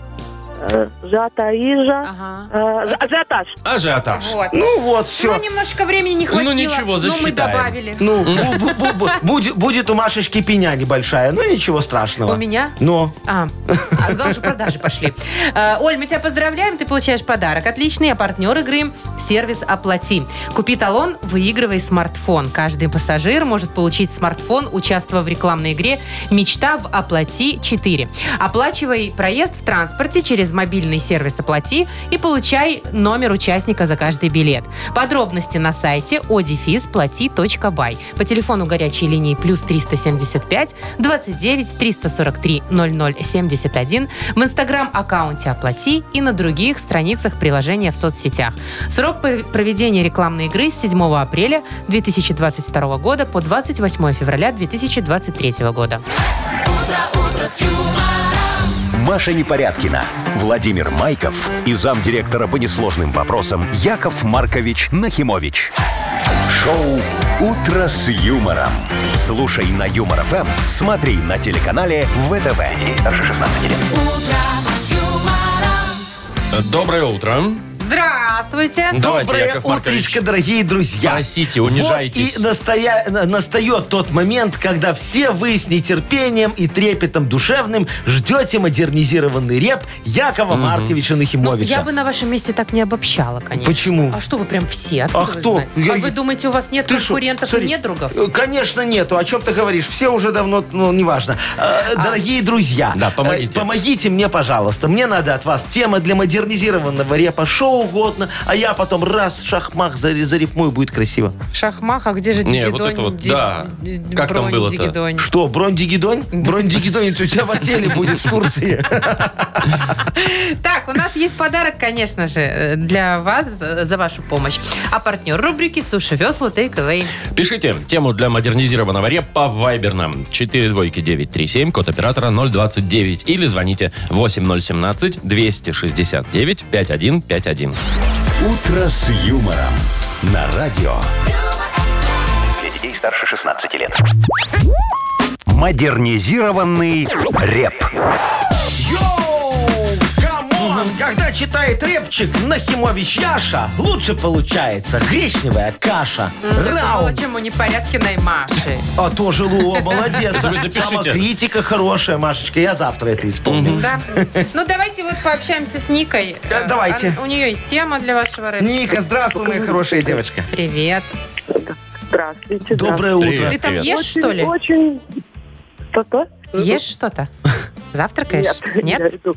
F: э, Жата, Ижа.
C: Ага.
F: э, Ажиотаж.
B: Ажиотаж.
C: Вот.
D: Ну вот,
C: Ну,
D: все.
C: немножко времени не хватило.
B: Ну, ничего,
C: Но мы
B: засчитаем.
C: добавили.
D: Ну, бу- бу- бу- бу- будет, будет у Машечки пеня небольшая. Ну, ничего страшного.
C: У меня?
D: Но.
C: А, а главное, что продажи пошли. Э, Оль, мы тебя поздравляем, ты получаешь подарок. Отличный, а партнер игры – сервис «Оплати». Купи талон, выигрывай смартфон. Каждый пассажир может получить смартфон, участвуя в рекламной игре «Мечта в Оплати 4». Оплачивай проезд в транспорте через мобильный сервис «Оплати» и получай номер участника за каждый билет. Подробности на сайте odefizplati.by. По телефону горячей линии плюс 375 29 343 0071 в инстаграм-аккаунте «Оплати» и на других страницах приложения в соцсетях. Срок пр- проведения рекламной игры с 7 апреля 2022 года по 28 февраля 2023 года.
A: Маша Непорядкина, Владимир Майков и замдиректора по несложным вопросам Яков Маркович Нахимович. Шоу «Утро с юмором». Слушай на Юмор ФМ, смотри на телеканале ВТВ. Здесь старше 16 лет.
B: Доброе утро.
C: Здравствуйте!
B: Давайте,
D: Доброе
B: Яков Маркович.
D: утречко, дорогие друзья.
B: Просите, унижайтесь.
D: Вот и настоя- на- настает тот момент, когда все вы с нетерпением и трепетом душевным ждете модернизированный реп Якова Марковича
C: Ну, я
D: Нахимовича.
C: бы на вашем месте так не обобщала, конечно.
D: Почему?
C: А что вы прям все? Откуда
D: А
C: вы
D: кто?
C: знаете?
D: Я-
C: А вы думаете, у вас нет
D: Ты шо?
C: конкурентов и
D: Смотри,
C: недругов?
D: э, Конечно, нету. О чем ты говоришь? Все уже давно, ну, неважно. Э,
C: А.
D: Дорогие друзья,
B: Да, помогите.
D: э, помогите мне, пожалуйста. Мне надо от вас тема для модернизированного репа, что угодно, а я потом раз шахмах зари- зарифмую, будет красиво.
C: Шахмах, а где же
B: Не,
C: Дигидонь?
B: вот это вот,
C: Ди-
B: да.
C: Ди-
B: Как там
C: Бронь,
B: было-то?
C: Дигидонь?
D: Что, бронь-дигидонь? Бронь-дигидонь это у тебя в отеле будет в Турции.
C: Так, у нас есть подарок, конечно же, э, для вас э, за вашу помощь. А партнер рубрики «Суши весла Тейковей».
B: Пишите тему для модернизированного репа в Viber нам 42937, код оператора 029. Или звоните 8017-269-5151.
A: «Утро с юмором» на радио.
E: Для детей старше 16 лет.
A: Модернизированный реп.
D: Йоу! Камон! Когда читает рэпчик Нахимович Яша, лучше получается гречневая каша. Раунд.
C: Почему непорядкиной Маши?
D: А тоже Луо, молодец.
B: Вы запишите.
D: Самокритика хорошая, Машечка. Я завтра это исполню.
C: Да. Ну, давайте вот пообщаемся с Никой.
D: Да,
C: Э,
D: давайте.
C: она- У нее есть тема для вашего рэпа.
D: Ника, здравствуй, моя хорошая девочка.
C: Привет.
F: Здравствуйте.
D: Доброе
B: Привет.
D: утро.
C: Ты там
B: Привет.
C: ешь, что ли?
F: Очень... Что-то?
C: Ешь что-то? Завтракаешь?
F: я иду.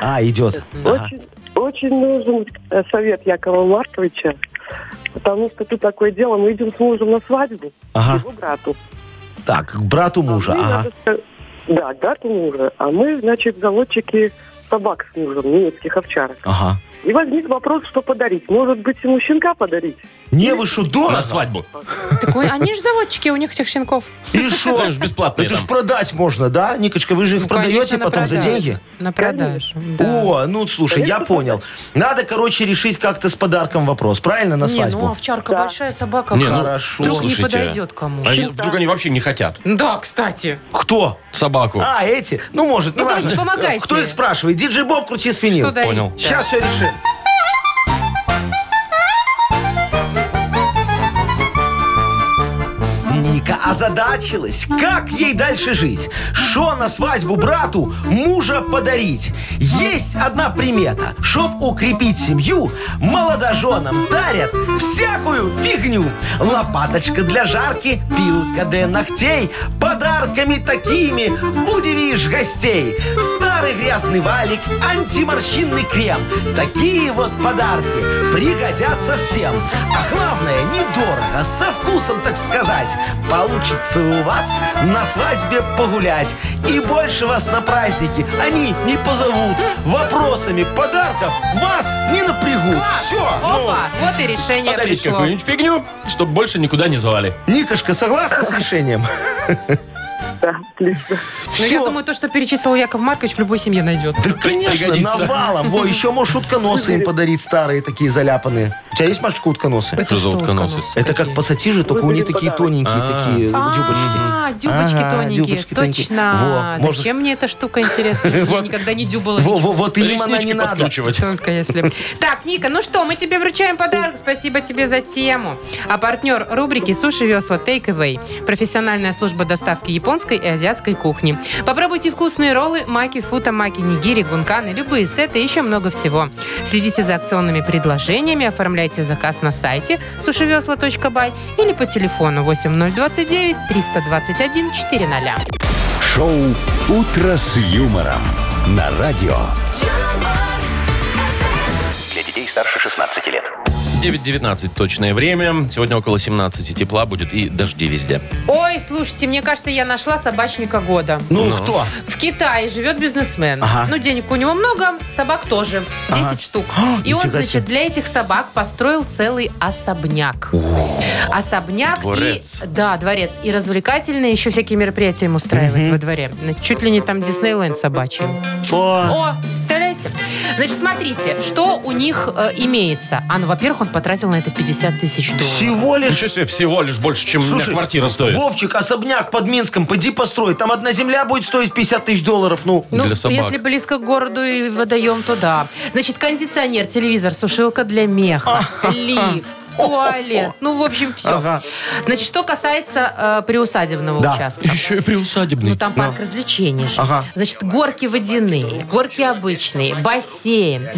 D: А, идет. Ага.
F: Очень, очень нужен э, совет Якова Марковича, потому что тут такое дело, мы идем с мужем на свадьбу, к
D: Ага.
F: его брату. А
D: Так, к брату А. мужа.
F: Мы,
D: Ага.
F: надо ска- Да, дату мужа. А мы, значит, заводчики собак с мужем, немецких овчарок.
D: Ага.
F: И возник вопрос, что подарить. Может быть, ему щенка подарить?
D: Не, вы что,
B: На
D: дорого?
B: свадьбу.
C: Так у- они же заводчики, у них этих щенков.
D: И шо?
B: Знаешь, бесплатные
D: Это ж
B: там.
D: продать можно, да, Никочка? Вы же их
C: Ну,
D: продаете
C: конечно, на
D: потом за
C: продажу.
D: деньги?
C: На продажу. да.
D: О, ну слушай, я понял. Надо, короче, решить как-то с подарком вопрос, правильно, на
C: не, ну
D: свадьбу?
C: овчарка
F: Да.
C: большая собака.
B: Не, ну,
D: Хорошо.
C: Вдруг
B: слушайте.
C: не подойдет кому.
B: А я- вдруг они вообще не хотят
C: Да, кстати.
D: Кто?
B: собаку.
D: А, эти? Ну, может,
C: Ну,
D: неважно.
C: давайте, помогайте.
D: Кто их спрашивает? Диджей Боб, крути свинил.
C: Что дарить?
B: понял.
C: Да.
D: Сейчас все решим. Ника озадачилась, как ей дальше жить? Что на свадьбу брату мужа подарить? Есть одна примета. Чтоб укрепить семью, молодоженам дарят всякую фигню. Лопаточка для жарки, пилка для ногтей. Подарками такими удивишь гостей. Старый грязный валик, антиморщинный крем. Такие вот подарки пригодятся всем. А главное, недорого, со вкусом, так сказать. Получится у вас на свадьбе погулять. И больше вас на праздники они не позовут. Вопросами подарков вас не напрягут. Все.
C: Опа, вот и решение
B: Подарить
C: пришло.
B: какую-нибудь фигню, чтобы больше никуда не звали.
D: Никошка, согласна с решением?
F: Да, отлично.
C: Ну, я
D: Всё.
C: думаю, то, что перечислил Яков Маркович, в любой семье найдется.
D: Да, конечно,
B: пригодится.
D: навалом. Во, еще можешь утконосы им подарить старые, такие заляпанные. У тебя есть, Машечка, утконосы?
B: Что за утконосы?
C: утконосы
D: Это как
C: такие?
D: пассатижи, только у них
F: Выбери
D: такие
F: подарок.
D: тоненькие такие
C: А,
D: дюбочки.
C: дюбочки
D: Ага,
C: тоненькие.
D: дюбочки тоненькие.
C: Точно. А
D: Во, можно-
C: Зачем мне эта штука интересна? Я никогда не дюбала.
D: Во,
C: ничего.
D: во, вот им она не
B: Реснички
D: надо.
B: подкручивать.
C: Только если. Так, Ника, ну что, мы тебе вручаем подарок. Спасибо тебе за тему. А партнер рубрики «Суши Весла Take Away» – профессиональная служба доставки японской и азиатской кухни. Попробуйте вкусные роллы, маки, фута, маки, нигири, гунканы, любые сеты и еще много всего. Следите за акционными предложениями, оформляйте заказ на сайте сушевесла.бай или по телефону 8029 321 400.
A: Шоу «Утро с юмором» на радио.
E: Для детей старше 16 лет.
B: 9.19 точное время. Сегодня около 17 тепла будет и дожди везде.
C: Ой, слушайте, мне кажется, я нашла собачника года.
D: Ну, кто?
C: В Китае живет бизнесмен.
D: Ага.
C: Ну, денег у него много, собак тоже. 10
D: Ага.
C: штук.
D: А,
C: И он,
D: нифига
C: значит,
D: себе.
C: для этих собак построил целый особняк. Особняк
B: Дворец.
C: и... Да, дворец. И развлекательные еще всякие мероприятия им устраивает во дворе. Чуть ли не там Диснейленд собачий.
D: О,
C: О, представляете? Значит, смотрите, что у них э, имеется. А, ну, во-первых, он потратил на это 50 тысяч долларов.
D: Всего лишь...
B: Ничего себе, всего лишь больше, чем у меня
D: Слушай,
B: квартира стоит.
D: Вовчик, особняк под Минском, поди построй. Там одна земля будет стоить 50 тысяч долларов. Ну,
C: Ну,
B: Для собак.
C: если близко к городу и водоем, то да. Значит, кондиционер, телевизор, сушилка для меха, лифт, туалет. Ну, в общем, все.
D: Ага.
C: Значит, что касается э, приусадебного
D: Да.
C: участка.
B: Еще и приусадебный.
C: Ну, там парк развлечений же.
D: Ага.
C: Значит, горки водяные, горки обычные, бассейн,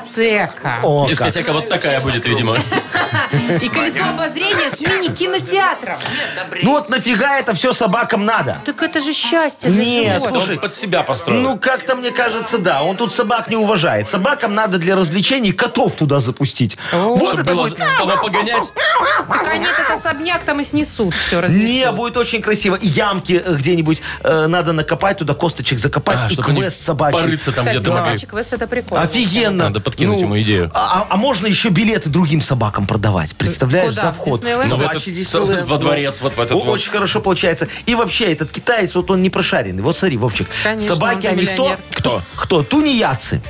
C: дискотека.
D: о, как. ну,
B: Дискотека вот такая будет, видимо.
C: И колесо обозрения с мини-кинотеатром.
D: Ну вот нафига это все собакам надо?
C: Так это же счастье для
D: Не,
C: животных.
D: слушай,
B: Он под себя построил.
D: Ну, как-то мне кажется, да. Он тут собак не уважает. Собакам надо для развлечений котов туда запустить. вот
B: Чтобы
D: это
B: было
D: будет...
B: кого погонять.
C: Так они этот особняк там и снесут все разнесут.
D: Не, будет очень красиво. И ямки э, где-нибудь э, надо накопать, туда косточек закопать,
B: А,
D: и
B: чтобы не
D: квест собачий.
B: порыться там
C: Кстати,
B: где-то. могли.
C: собачий квест это прикольно.
D: Офигенно.
B: Надо подкинуть ему идею.
D: А, а можно еще билеты другим собакам продавать, представляешь,
C: Куда?
D: за
C: В
D: вход.
C: Диснейленд?
B: Ну, в
D: Собачий
B: этот-
D: Диснейленд,
B: во
D: ну.
B: дворец, вот в этот
D: О,
B: вот.
D: Очень хорошо получается. И вообще, этот китаец, вот он не прошаренный. Вот смотри, Вовчик,
C: Конечно,
D: собаки,
C: он же
D: они кто?
C: миллионер.
B: Кто?
D: Кто? Тунеядцы.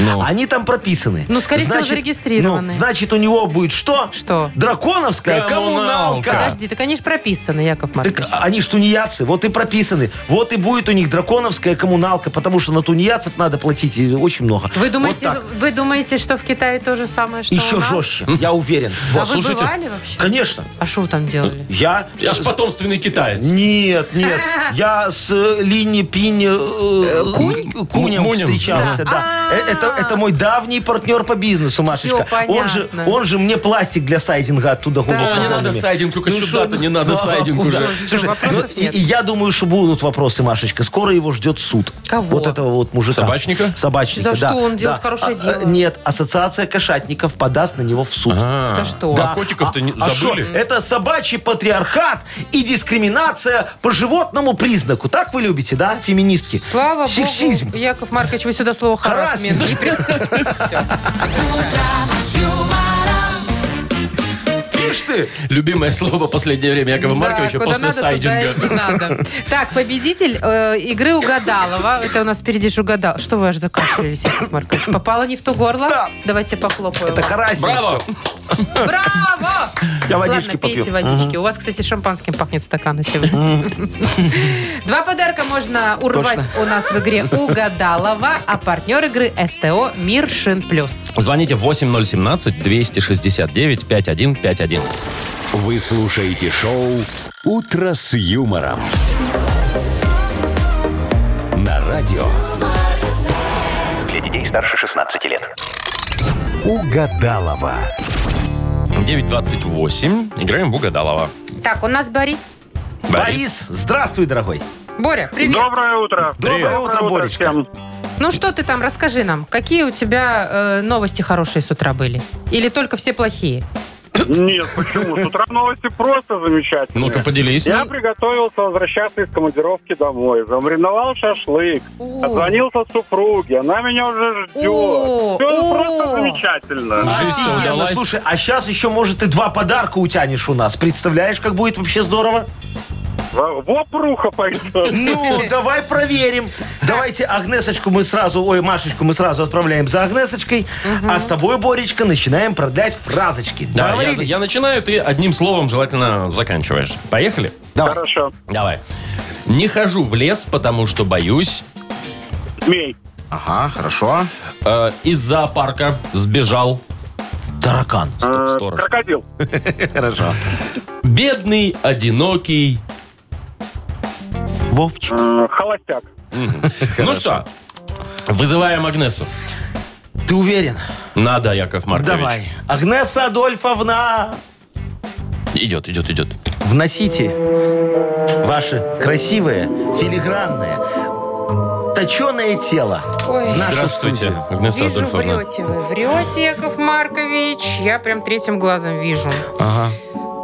B: Ну.
D: Они там прописаны.
C: Ну, скорее всего,
D: Значит,
C: зарегистрированы.
D: ну, значит, у него будет что?
C: Что?
D: Драконовская
B: Коммуналка.
D: коммуналка.
C: Подожди, так они же прописаны, Яков Маркович.
D: Так они ж тунеядцы, вот и прописаны. Вот и будет у них драконовская коммуналка, потому что на тунеядцев надо платить и очень много.
C: Вы думаете,
D: Вот так.
C: вы думаете, что в Китае то же самое, что у
D: Еще
C: нас?
D: жестче, я уверен.
C: А
D: Вот.
C: вы
B: Слушайте.
C: бывали вообще?
D: Конечно.
C: А что вы там делали?
D: Я... э,
B: Я ж потомственный китаец.
D: Нет, нет. Я с Лини Пини э, Кунем
B: Мунем.
D: встречался,
C: Да. А.
D: да. Э, Это это мой давний партнер по бизнесу, Машечка. Он же,
C: понятно.
D: он же мне пластик для сайдинга оттуда
C: Да.
D: гонит.
C: Да, не
B: надо
D: вагонами.
B: сайдинг, только
D: Ну,
B: сюда-то
D: что-
B: не надо
D: Да,
B: сайдинг
D: куда?
B: уже.
C: Всё,
D: Слушай,
C: вопросов
D: ну, и-
C: нет.
D: и я думаю, что будут вопросы, Машечка. Скоро его ждет суд.
C: Кого?
D: Вот этого вот мужика.
B: Собачника?
D: Собачника,
C: За
D: да,
C: что он
D: да.
C: делает хорошее
D: А, а,
C: дело?
D: Нет, ассоциация кошатников подаст на него в суд.
B: А,
C: За что?
B: Да, котиков-то не
D: А что?
B: забыли.
D: Это собачий патриархат и дискриминация по животному признаку. Так вы любите, да, феминистки?
C: Слава
D: Сексизм.
C: богу, Яков Маркович, вы сюда слово
D: Харассмент.
C: харассмент не при- Всё.
D: Ишь ты!
B: Любимое слово последнее время Якова
C: Да,
B: Марковича
C: куда
B: после
C: надо,
B: сайдинга.
C: туда и надо. Так, победитель э, игры Угадалова. Это у нас впереди же угадал. Что вы аж закашлялись, Яков Маркович? Попало не в то горло?
D: Да.
C: Давайте похлопаю.
D: Это харасмент.
B: Браво!
C: Браво!
D: Я водички
C: Ладно, пейте
D: попью.
C: водички. У вас, кстати, шампанским пахнет стакан сегодня. Два подарка можно урвать у нас в игре Угадалова, а партнер игры СТО Мир Шин Плюс.
B: Звоните 8017-269-5151.
A: Вы слушаете шоу «Утро с юмором». На радио
E: Для детей старше 16 лет.
A: «Угадалова».
B: 9.28. Играем в Угадалова.
C: Так, у нас Борис.
D: Борис, здравствуй, дорогой.
C: Боря, привет.
I: Доброе утро.
D: Доброе утро, Боречка.
I: всем.
C: Ну что ты там, расскажи нам, какие у тебя э, новости хорошие с утра были? Или только все плохие?
I: Нет, почему? С утра новости просто замечательные.
B: Ну-ка, поделись. Ну,
I: Я приготовился возвращаться из командировки домой. Замариновал шашлык.
C: О,
I: Отзвонился супруге. Она меня уже
C: О,
I: ждет. Все
C: о.
I: просто замечательно.
B: Жизнь-то
D: Офигенно.
B: удалась.
D: Слушай, а сейчас еще, может, и два подарка утянешь у нас. Представляешь, как будет вообще здорово?
I: Во- Вопруха пойдет.
D: Ну, давай проверим. Давайте Агнесочку мы сразу, ой, Машечку мы сразу отправляем за Агнесочкой, а с тобой, Боречка, начинаем продлять фразочки.
B: Да, я,
D: Договорились?
B: я начинаю, ты одним словом желательно заканчиваешь. Поехали?
D: Давай.
I: Хорошо.
B: Давай. Не хожу в лес, потому что боюсь.
I: Змей.
D: Ага, хорошо.
B: Э, из зоопарка сбежал.
D: Таракан.
I: Э,
B: сторож.
I: Крокодил.
D: Хорошо.
B: Бедный, одинокий.
D: Вовчик.
I: Э, Холостяк.
B: Ну что, вызываем Агнесу.
D: Ты уверен?
B: Надо, Яков Маркович.
D: Давай. Агнеса Адольфовна,
B: Идет, идет, идет.
D: вносите ваше красивое, филигранное, точеное тело
C: Ой.
D: в нашу
B: Здравствуйте,
D: студию.
B: Агнеса
C: Вижу,
B: Адольфовна.
C: врете вы. Врете, Яков Маркович. Я прям третьим глазом вижу.
D: Ага.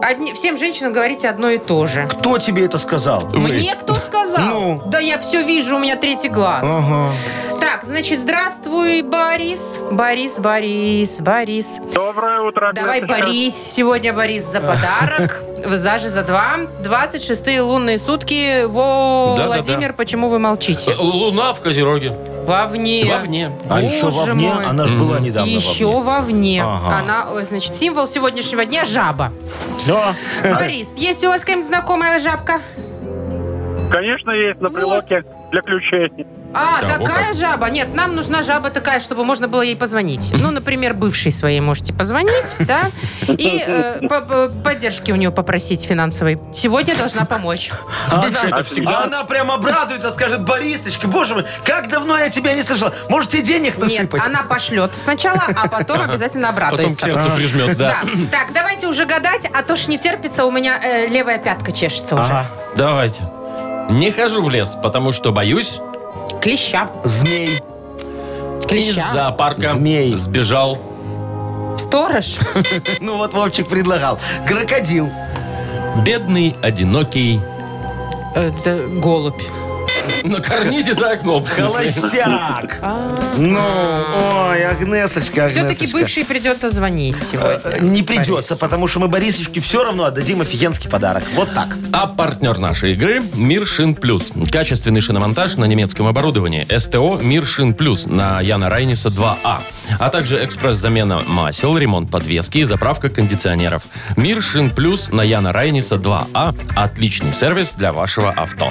C: Одни- всем женщинам говорите одно и то же.
D: Кто тебе это сказал?
B: Вы.
C: Мне кто сказал?
D: Ну.
C: Да я все вижу, у меня третий глаз.
D: Ага.
C: Так, значит, здравствуй, Борис. Борис, Борис, Борис.
I: Доброе утро.
C: Давай,
I: Агнесочка.
C: Борис, сегодня Борис за подарок. Вы Даже за два. 26-е лунные сутки. Во,
B: Да-да-да.
C: Владимир, почему вы молчите?
B: Э, Луна в Козероге.
C: Вовне.
B: Вовне.
D: А еще
C: Боже
D: вовне,
C: мой.
D: она же была недавно
C: Еще вовне.
D: Ага.
C: Она, э, значит, символ сегодняшнего дня жаба.
D: вовне. Да.
C: Борис, есть у вас какая-нибудь знакомая жабка?
I: Конечно, есть на прилавке для ключей.
C: А,
B: Да, вот
C: такая
B: так.
C: жаба? Нет, нам нужна жаба такая, чтобы можно было ей позвонить. Ну, например, бывшей своей можете позвонить, да? И э, по- по- поддержки у нее попросить финансовой. Сегодня должна помочь.
B: Бывшая это всегда.
D: А Она прям обрадуется, скажет, Борисочка, боже мой, как давно я тебя не слышала. Может, тебе денег
C: Нет,
D: насыпать?
C: она пошлет сначала, а потом обязательно
B: Потом к
C: обрадуется.
B: сердцу прижмет, А. да.
C: Да. Так, давайте уже гадать, а то ж не терпится, у меня э, левая пятка чешется уже.
D: Ага.
B: Давайте. Не хожу в лес, потому что боюсь.
C: Клеща.
D: Змей.
B: Из
C: Клеща.
B: зоопарка
D: Змей.
B: сбежал.
C: Сторож.
D: Ну вот Вовчик предлагал. Крокодил.
B: Бедный, одинокий.
C: Э, Это голубь.
B: На карнизе за окном. в смысле.
D: Колосяк. Ну, ой, Агнесочка,
C: Все-таки
D: Агнесочка.
C: бывший придется звонить
D: Э,
C: сегодня.
D: Не придется, потому что мы Борисочке все равно отдадим офигенский подарок. Вот так.
B: А партнер нашей игры – Мир Шин Плюс. Качественный шиномонтаж на немецком оборудовании. СТО «Мир Шин Плюс» на Яна Райниса 2А. А также экспресс-замена масел, ремонт подвески и заправка кондиционеров. Мир Шин Плюс на Яна Райниса 2А. Отличный сервис для вашего авто.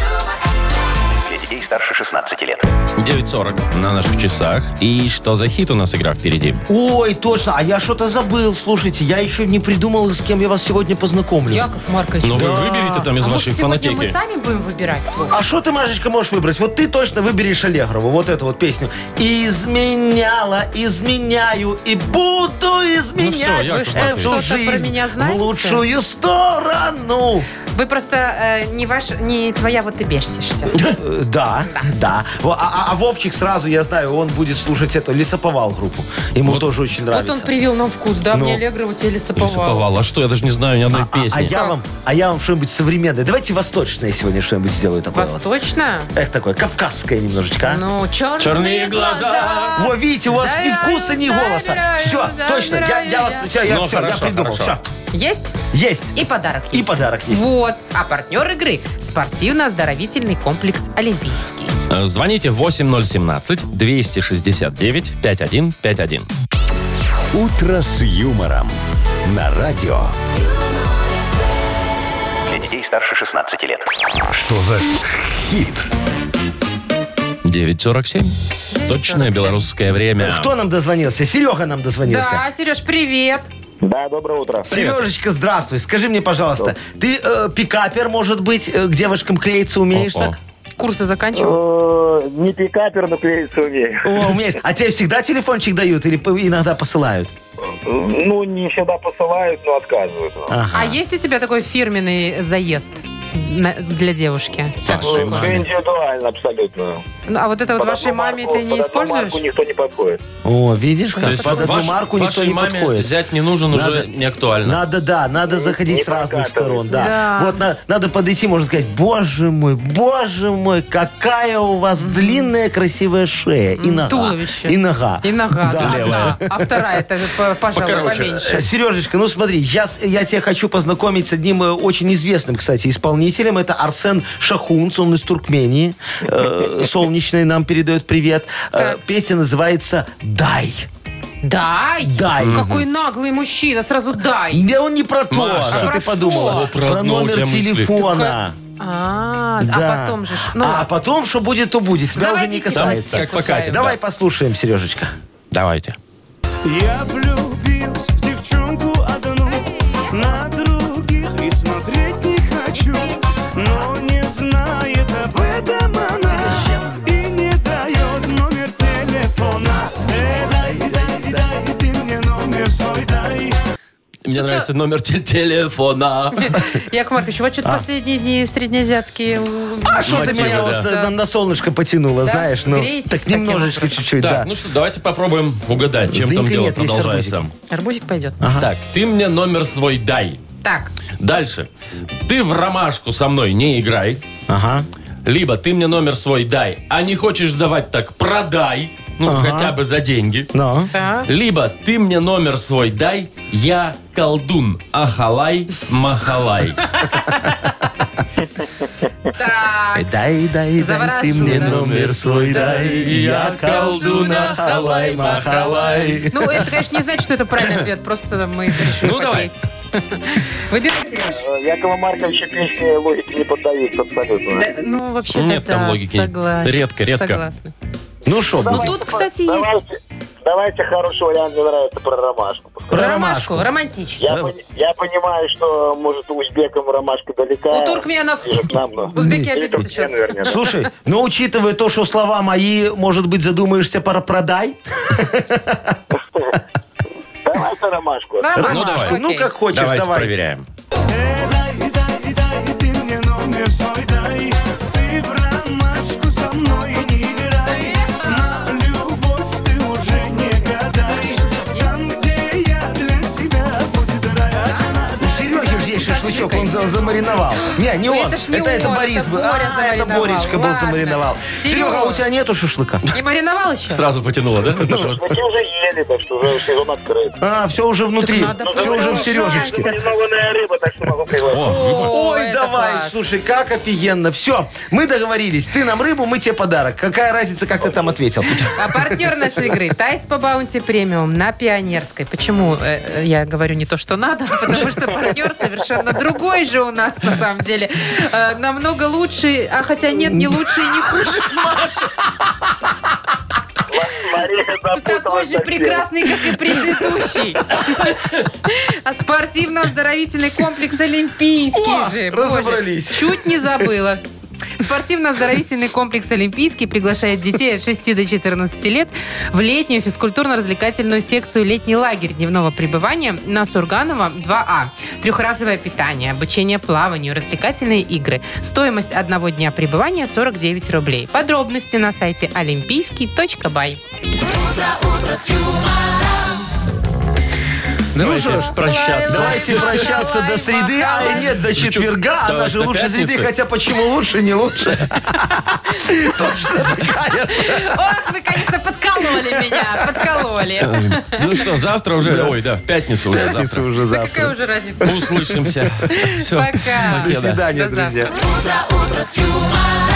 E: Для детей детей старше 16 лет.
B: 9.40 на наших часах. И что за хит у нас игра впереди?
D: Ой, точно, а я что-то забыл. Слушайте, я еще не придумал, с кем я вас сегодня познакомлю.
C: Яков Маркович.
B: Ну, вы выберите там из
C: а
B: вашей
C: может, сегодня мы
B: фанатеки.
C: сами будем выбирать свой?
D: А что ты, Машечка, можешь выбрать? Вот ты точно выберешь Аллегрову, вот эту вот песню. Изменяла, изменяю и буду изменять
B: всё, Яков
D: эту
B: Маркович.
C: Ну, Что-то
D: жизнь
C: про меня знаете?
D: в лучшую сторону.
C: Вы просто э, не ваш, не твоя, вот ты бесишься.
D: Э, Да, да. Во- А, а- а Вовчик сразу, я знаю, он будет слушать эту лесоповал группу. Ему тоже очень
C: Вот
D: нравится.
C: он привил нам вкус, да,
D: Ну.
C: мне Аллегрову тебе лесоповал.
B: Лесоповал. А что, я даже не знаю ни одной
D: а, а
B: песни.
D: я вам, а я вам что-нибудь современное. Давайте восточное сегодня что-нибудь сделаю такое. вот.
C: Восточно?
D: Эх, такое кавказское немножечко. а.
C: Ну, черные,
B: Черные глаза.
C: глаза.
D: Во, видите, у вас
C: Забираю,
D: ни вкуса, ни
C: забираю,
D: голоса. все, точно, я, я
C: забираю
D: вас, всё, я,
B: Ну,
D: всё, я
B: хорошо,
D: придумал.
B: хорошо.
C: Есть?
D: всё. Есть.
C: И подарок
D: И
C: есть.
D: подарок есть.
C: Вот. А партнер игры – спортивно-оздоровительный комплекс «Олимпийский».
B: Э, Звоните 8017-269-5151.
A: «Утро с юмором» на радио.
E: Для детей старше 16 лет.
A: Что за хит?
B: 947. Точное белорусское время.
D: Кто нам дозвонился? Серега нам дозвонился.
C: Да, Сереж, привет.
I: Да, доброе утро.
B: Привет.
D: Сережечка, здравствуй. Скажи мне, пожалуйста, ты э, пикапер, может быть, э, к девушкам клеиться умеешь
B: О-о.
D: так?
C: Курсы заканчивал?
I: Э, Не пикапер, но клеиться умею.
D: О, умеешь. А тебе всегда телефончик дают или п- иногда посылают?
I: Ну, не всегда посылают, но отказывают.
C: А есть у тебя такой фирменный заезд на- для девушки?
B: Вашей маме.
I: Индивидуально, абсолютно.
C: Ну, а вот это вот
I: Под
C: вашей
I: одну
C: маме
I: марку-
C: ты не
I: под одну марку
C: используешь?
I: никто не подходит.
D: О, видишь, как
B: То есть
D: под одну
B: ваш-
D: марку никто
B: вашей
D: не
B: маме
D: подходит.
B: взять не нужен уже
D: Надо-
B: не актуально.
D: Надо, да, надо
B: Ну,
D: заходить
I: не
D: с разных
I: прокатывает.
D: сторон, да.
C: Да.
D: Вот на- надо подойти, можно сказать, боже мой, боже мой, какая у вас длинная красивая шея и
C: М,
D: нога.
C: туловище.
D: И нога.
C: И нога,
D: Да.
C: да,
B: Левая.
C: одна. А вторая, это, п- пожалуй,
B: Покороче.
D: Э,
C: поменьше.
D: Сережечка, ну смотри, я, с- я тебя хочу познакомить с одним э, очень известным, кстати, исполнителем. Это Арсен Шахунц, он из Туркмении. Э, Солнечный нам передает привет. Э, Песня называется «Дай».
C: Дай!
D: Дай.
C: Какой наглый мужчина, сразу дай!
D: Да он не про то,
B: Маша,
D: что
C: про
D: ты подумала.
C: что?
B: Про
D: Про
B: одно у
D: номер
B: тебя мысли.
D: телефона.
C: А,
D: Да.
C: а потом же... ж- Ну,
D: а потом, что будет, то будет. Тебя уже не
C: заводите
B: Там
D: касается.
B: как
C: кусают.
B: покатит.
D: Давай послушаем, Сережечка.
B: Давайте.
J: Я влюбился в девчонку одну На других и смотреть не хочу Но не знает об этом она И не дает номер телефона Э, дай, дай, дай, ты мне номер свой дай
B: Мне нравится номер те- телефона.
C: Яков Маркович, вот что-то последние дни среднеазиатские...
D: А что ты
B: Мотивы,
D: меня
B: да.
D: вот э, на, на солнышко потянуло,
C: Да?
D: знаешь? Ну,
C: Греетесь
D: так
C: таким
D: немножечко
C: образом?
D: чуть-чуть, да.
B: Так, ну что, давайте попробуем угадать, чем
D: Да
B: там
D: нет,
B: дело
D: есть
B: продолжается.
C: Арбузик пойдет.
D: А.
B: Так, ты мне номер свой дай.
C: Так,
B: Дальше. Ты в ромашку со мной не играй.
D: Ага.
B: Либо ты мне номер свой дай, а не хочешь давать так, продай. Ну,
D: Ага.
B: хотя бы за деньги.
D: Ну.
C: так.
B: Либо ты мне номер свой дай, я колдун. Ахалай, махалай.
C: Так.
D: Дай, дай, дай, ты
C: Завораживаю,
D: мне
C: да.
D: номер свой дай. Я колдун, ахалай, махалай.
C: Ну, это, конечно, не значит, что это правильный ответ. Просто мы решили
B: Ну, давай.
C: попеть. Выбирай, Сереж.
I: Якова Марковича песни логики не поддаются абсолютно.
C: Да, Ну, вообще-то,
B: Нет там
C: да,
B: логики.
C: согласна.
B: Редко, редко.
C: Согласна.
D: Ну что,
C: Ну,
D: будет?
C: тут, кстати, есть.
I: давайте хороший вариант, мне нравится, про ромашку.
D: Про
C: Ромашку,
D: ромашку.
C: романтично.
I: Я, пон- я понимаю, что, может, узбекам ромашка далека.
C: У туркменов.
I: ближе к нам, но-
C: Узбеки
I: Или
C: обидятся
I: туркмены,
C: сейчас.
I: вернее, да.
D: Слушай, ну учитывая то, что слова мои, может быть, задумаешься про продай?
I: Давайте ромашку.
C: Ромашку,
B: Ну, давай.
C: окей.
D: Ну, как хочешь,
B: Давайте
D: давай.
B: проверяем.
J: Э, дай, дай, дай, ты мне номер свой дай Ты в ромашку со мной не играй На любовь ты уже не гадай Там, где я для тебя будет рай
D: У Сереги же есть шашлычок, он за- замариновал. Не, не
C: Ну,
D: он.
C: это ж не
D: это, это
C: он,
D: Борис
C: это
D: был.
C: Боря
D: А, это
C: замариновал.
D: Боречка был
C: Ладно.
D: замариновал.
C: Серега.
D: Серега, а у тебя нету шашлыка?
C: Не мариновал еще?
B: Сразу потянуло,
D: Ну,
B: да? Вот это вот.
I: Мы те уже ели, так что уже сезон открыт.
D: А, все уже внутри.
C: надо
D: Все уже в
C: продолжать.
D: Сережечке.
I: Маринованная рыба, так что могу пригласить.
B: О,
D: Ой,
C: это
D: давай,
C: класс.
D: слушай, как офигенно. Все, мы договорились. Ты нам рыбу, мы тебе подарок. Какая разница, как ты там ответил?
C: А партнер нашей игры Тайс по Баунти Премиум на Пионерской. Почему э, э, я говорю не то, что надо? Потому что партнер совершенно другой же у нас на самом деле. Э, намного лучше, а хотя нет, не лучше и не хуже. Ты такой же прекрасный, как и предыдущий. А спортивно-оздоровительный комплекс Олимпийский
D: О,
C: же. Боже,
D: разобрались.
C: чуть не забыла. Спортивно-оздоровительный комплекс «Олимпийский» приглашает детей от 6 до 14 лет в летнюю физкультурно-развлекательную секцию «Летний лагерь» дневного пребывания на Сурганова 2А. Трехразовое питание, обучение плаванию, развлекательные игры. Стоимость одного дня пребывания 49 рублей. Подробности на сайте олимпийский.бай.
B: Давайте
D: что ж,
B: прощаться.
D: Давайте прощаться до среды, а и нет, до четверга.
B: Ну давай,
D: Она же
B: до
D: лучше среды,
B: пятницы.
D: хотя почему лучше, не лучше.
C: Ох, вы, конечно, подкололи меня, подкололи.
B: Ну что, завтра уже... Ой, да, в пятницу уже завтра.
D: уже
C: Какая
D: завтра.
C: уже разница?
B: Услышимся. Все.
C: Пока.
D: До свидания,
C: До завтра.
D: друзья.
J: Утро с юмором.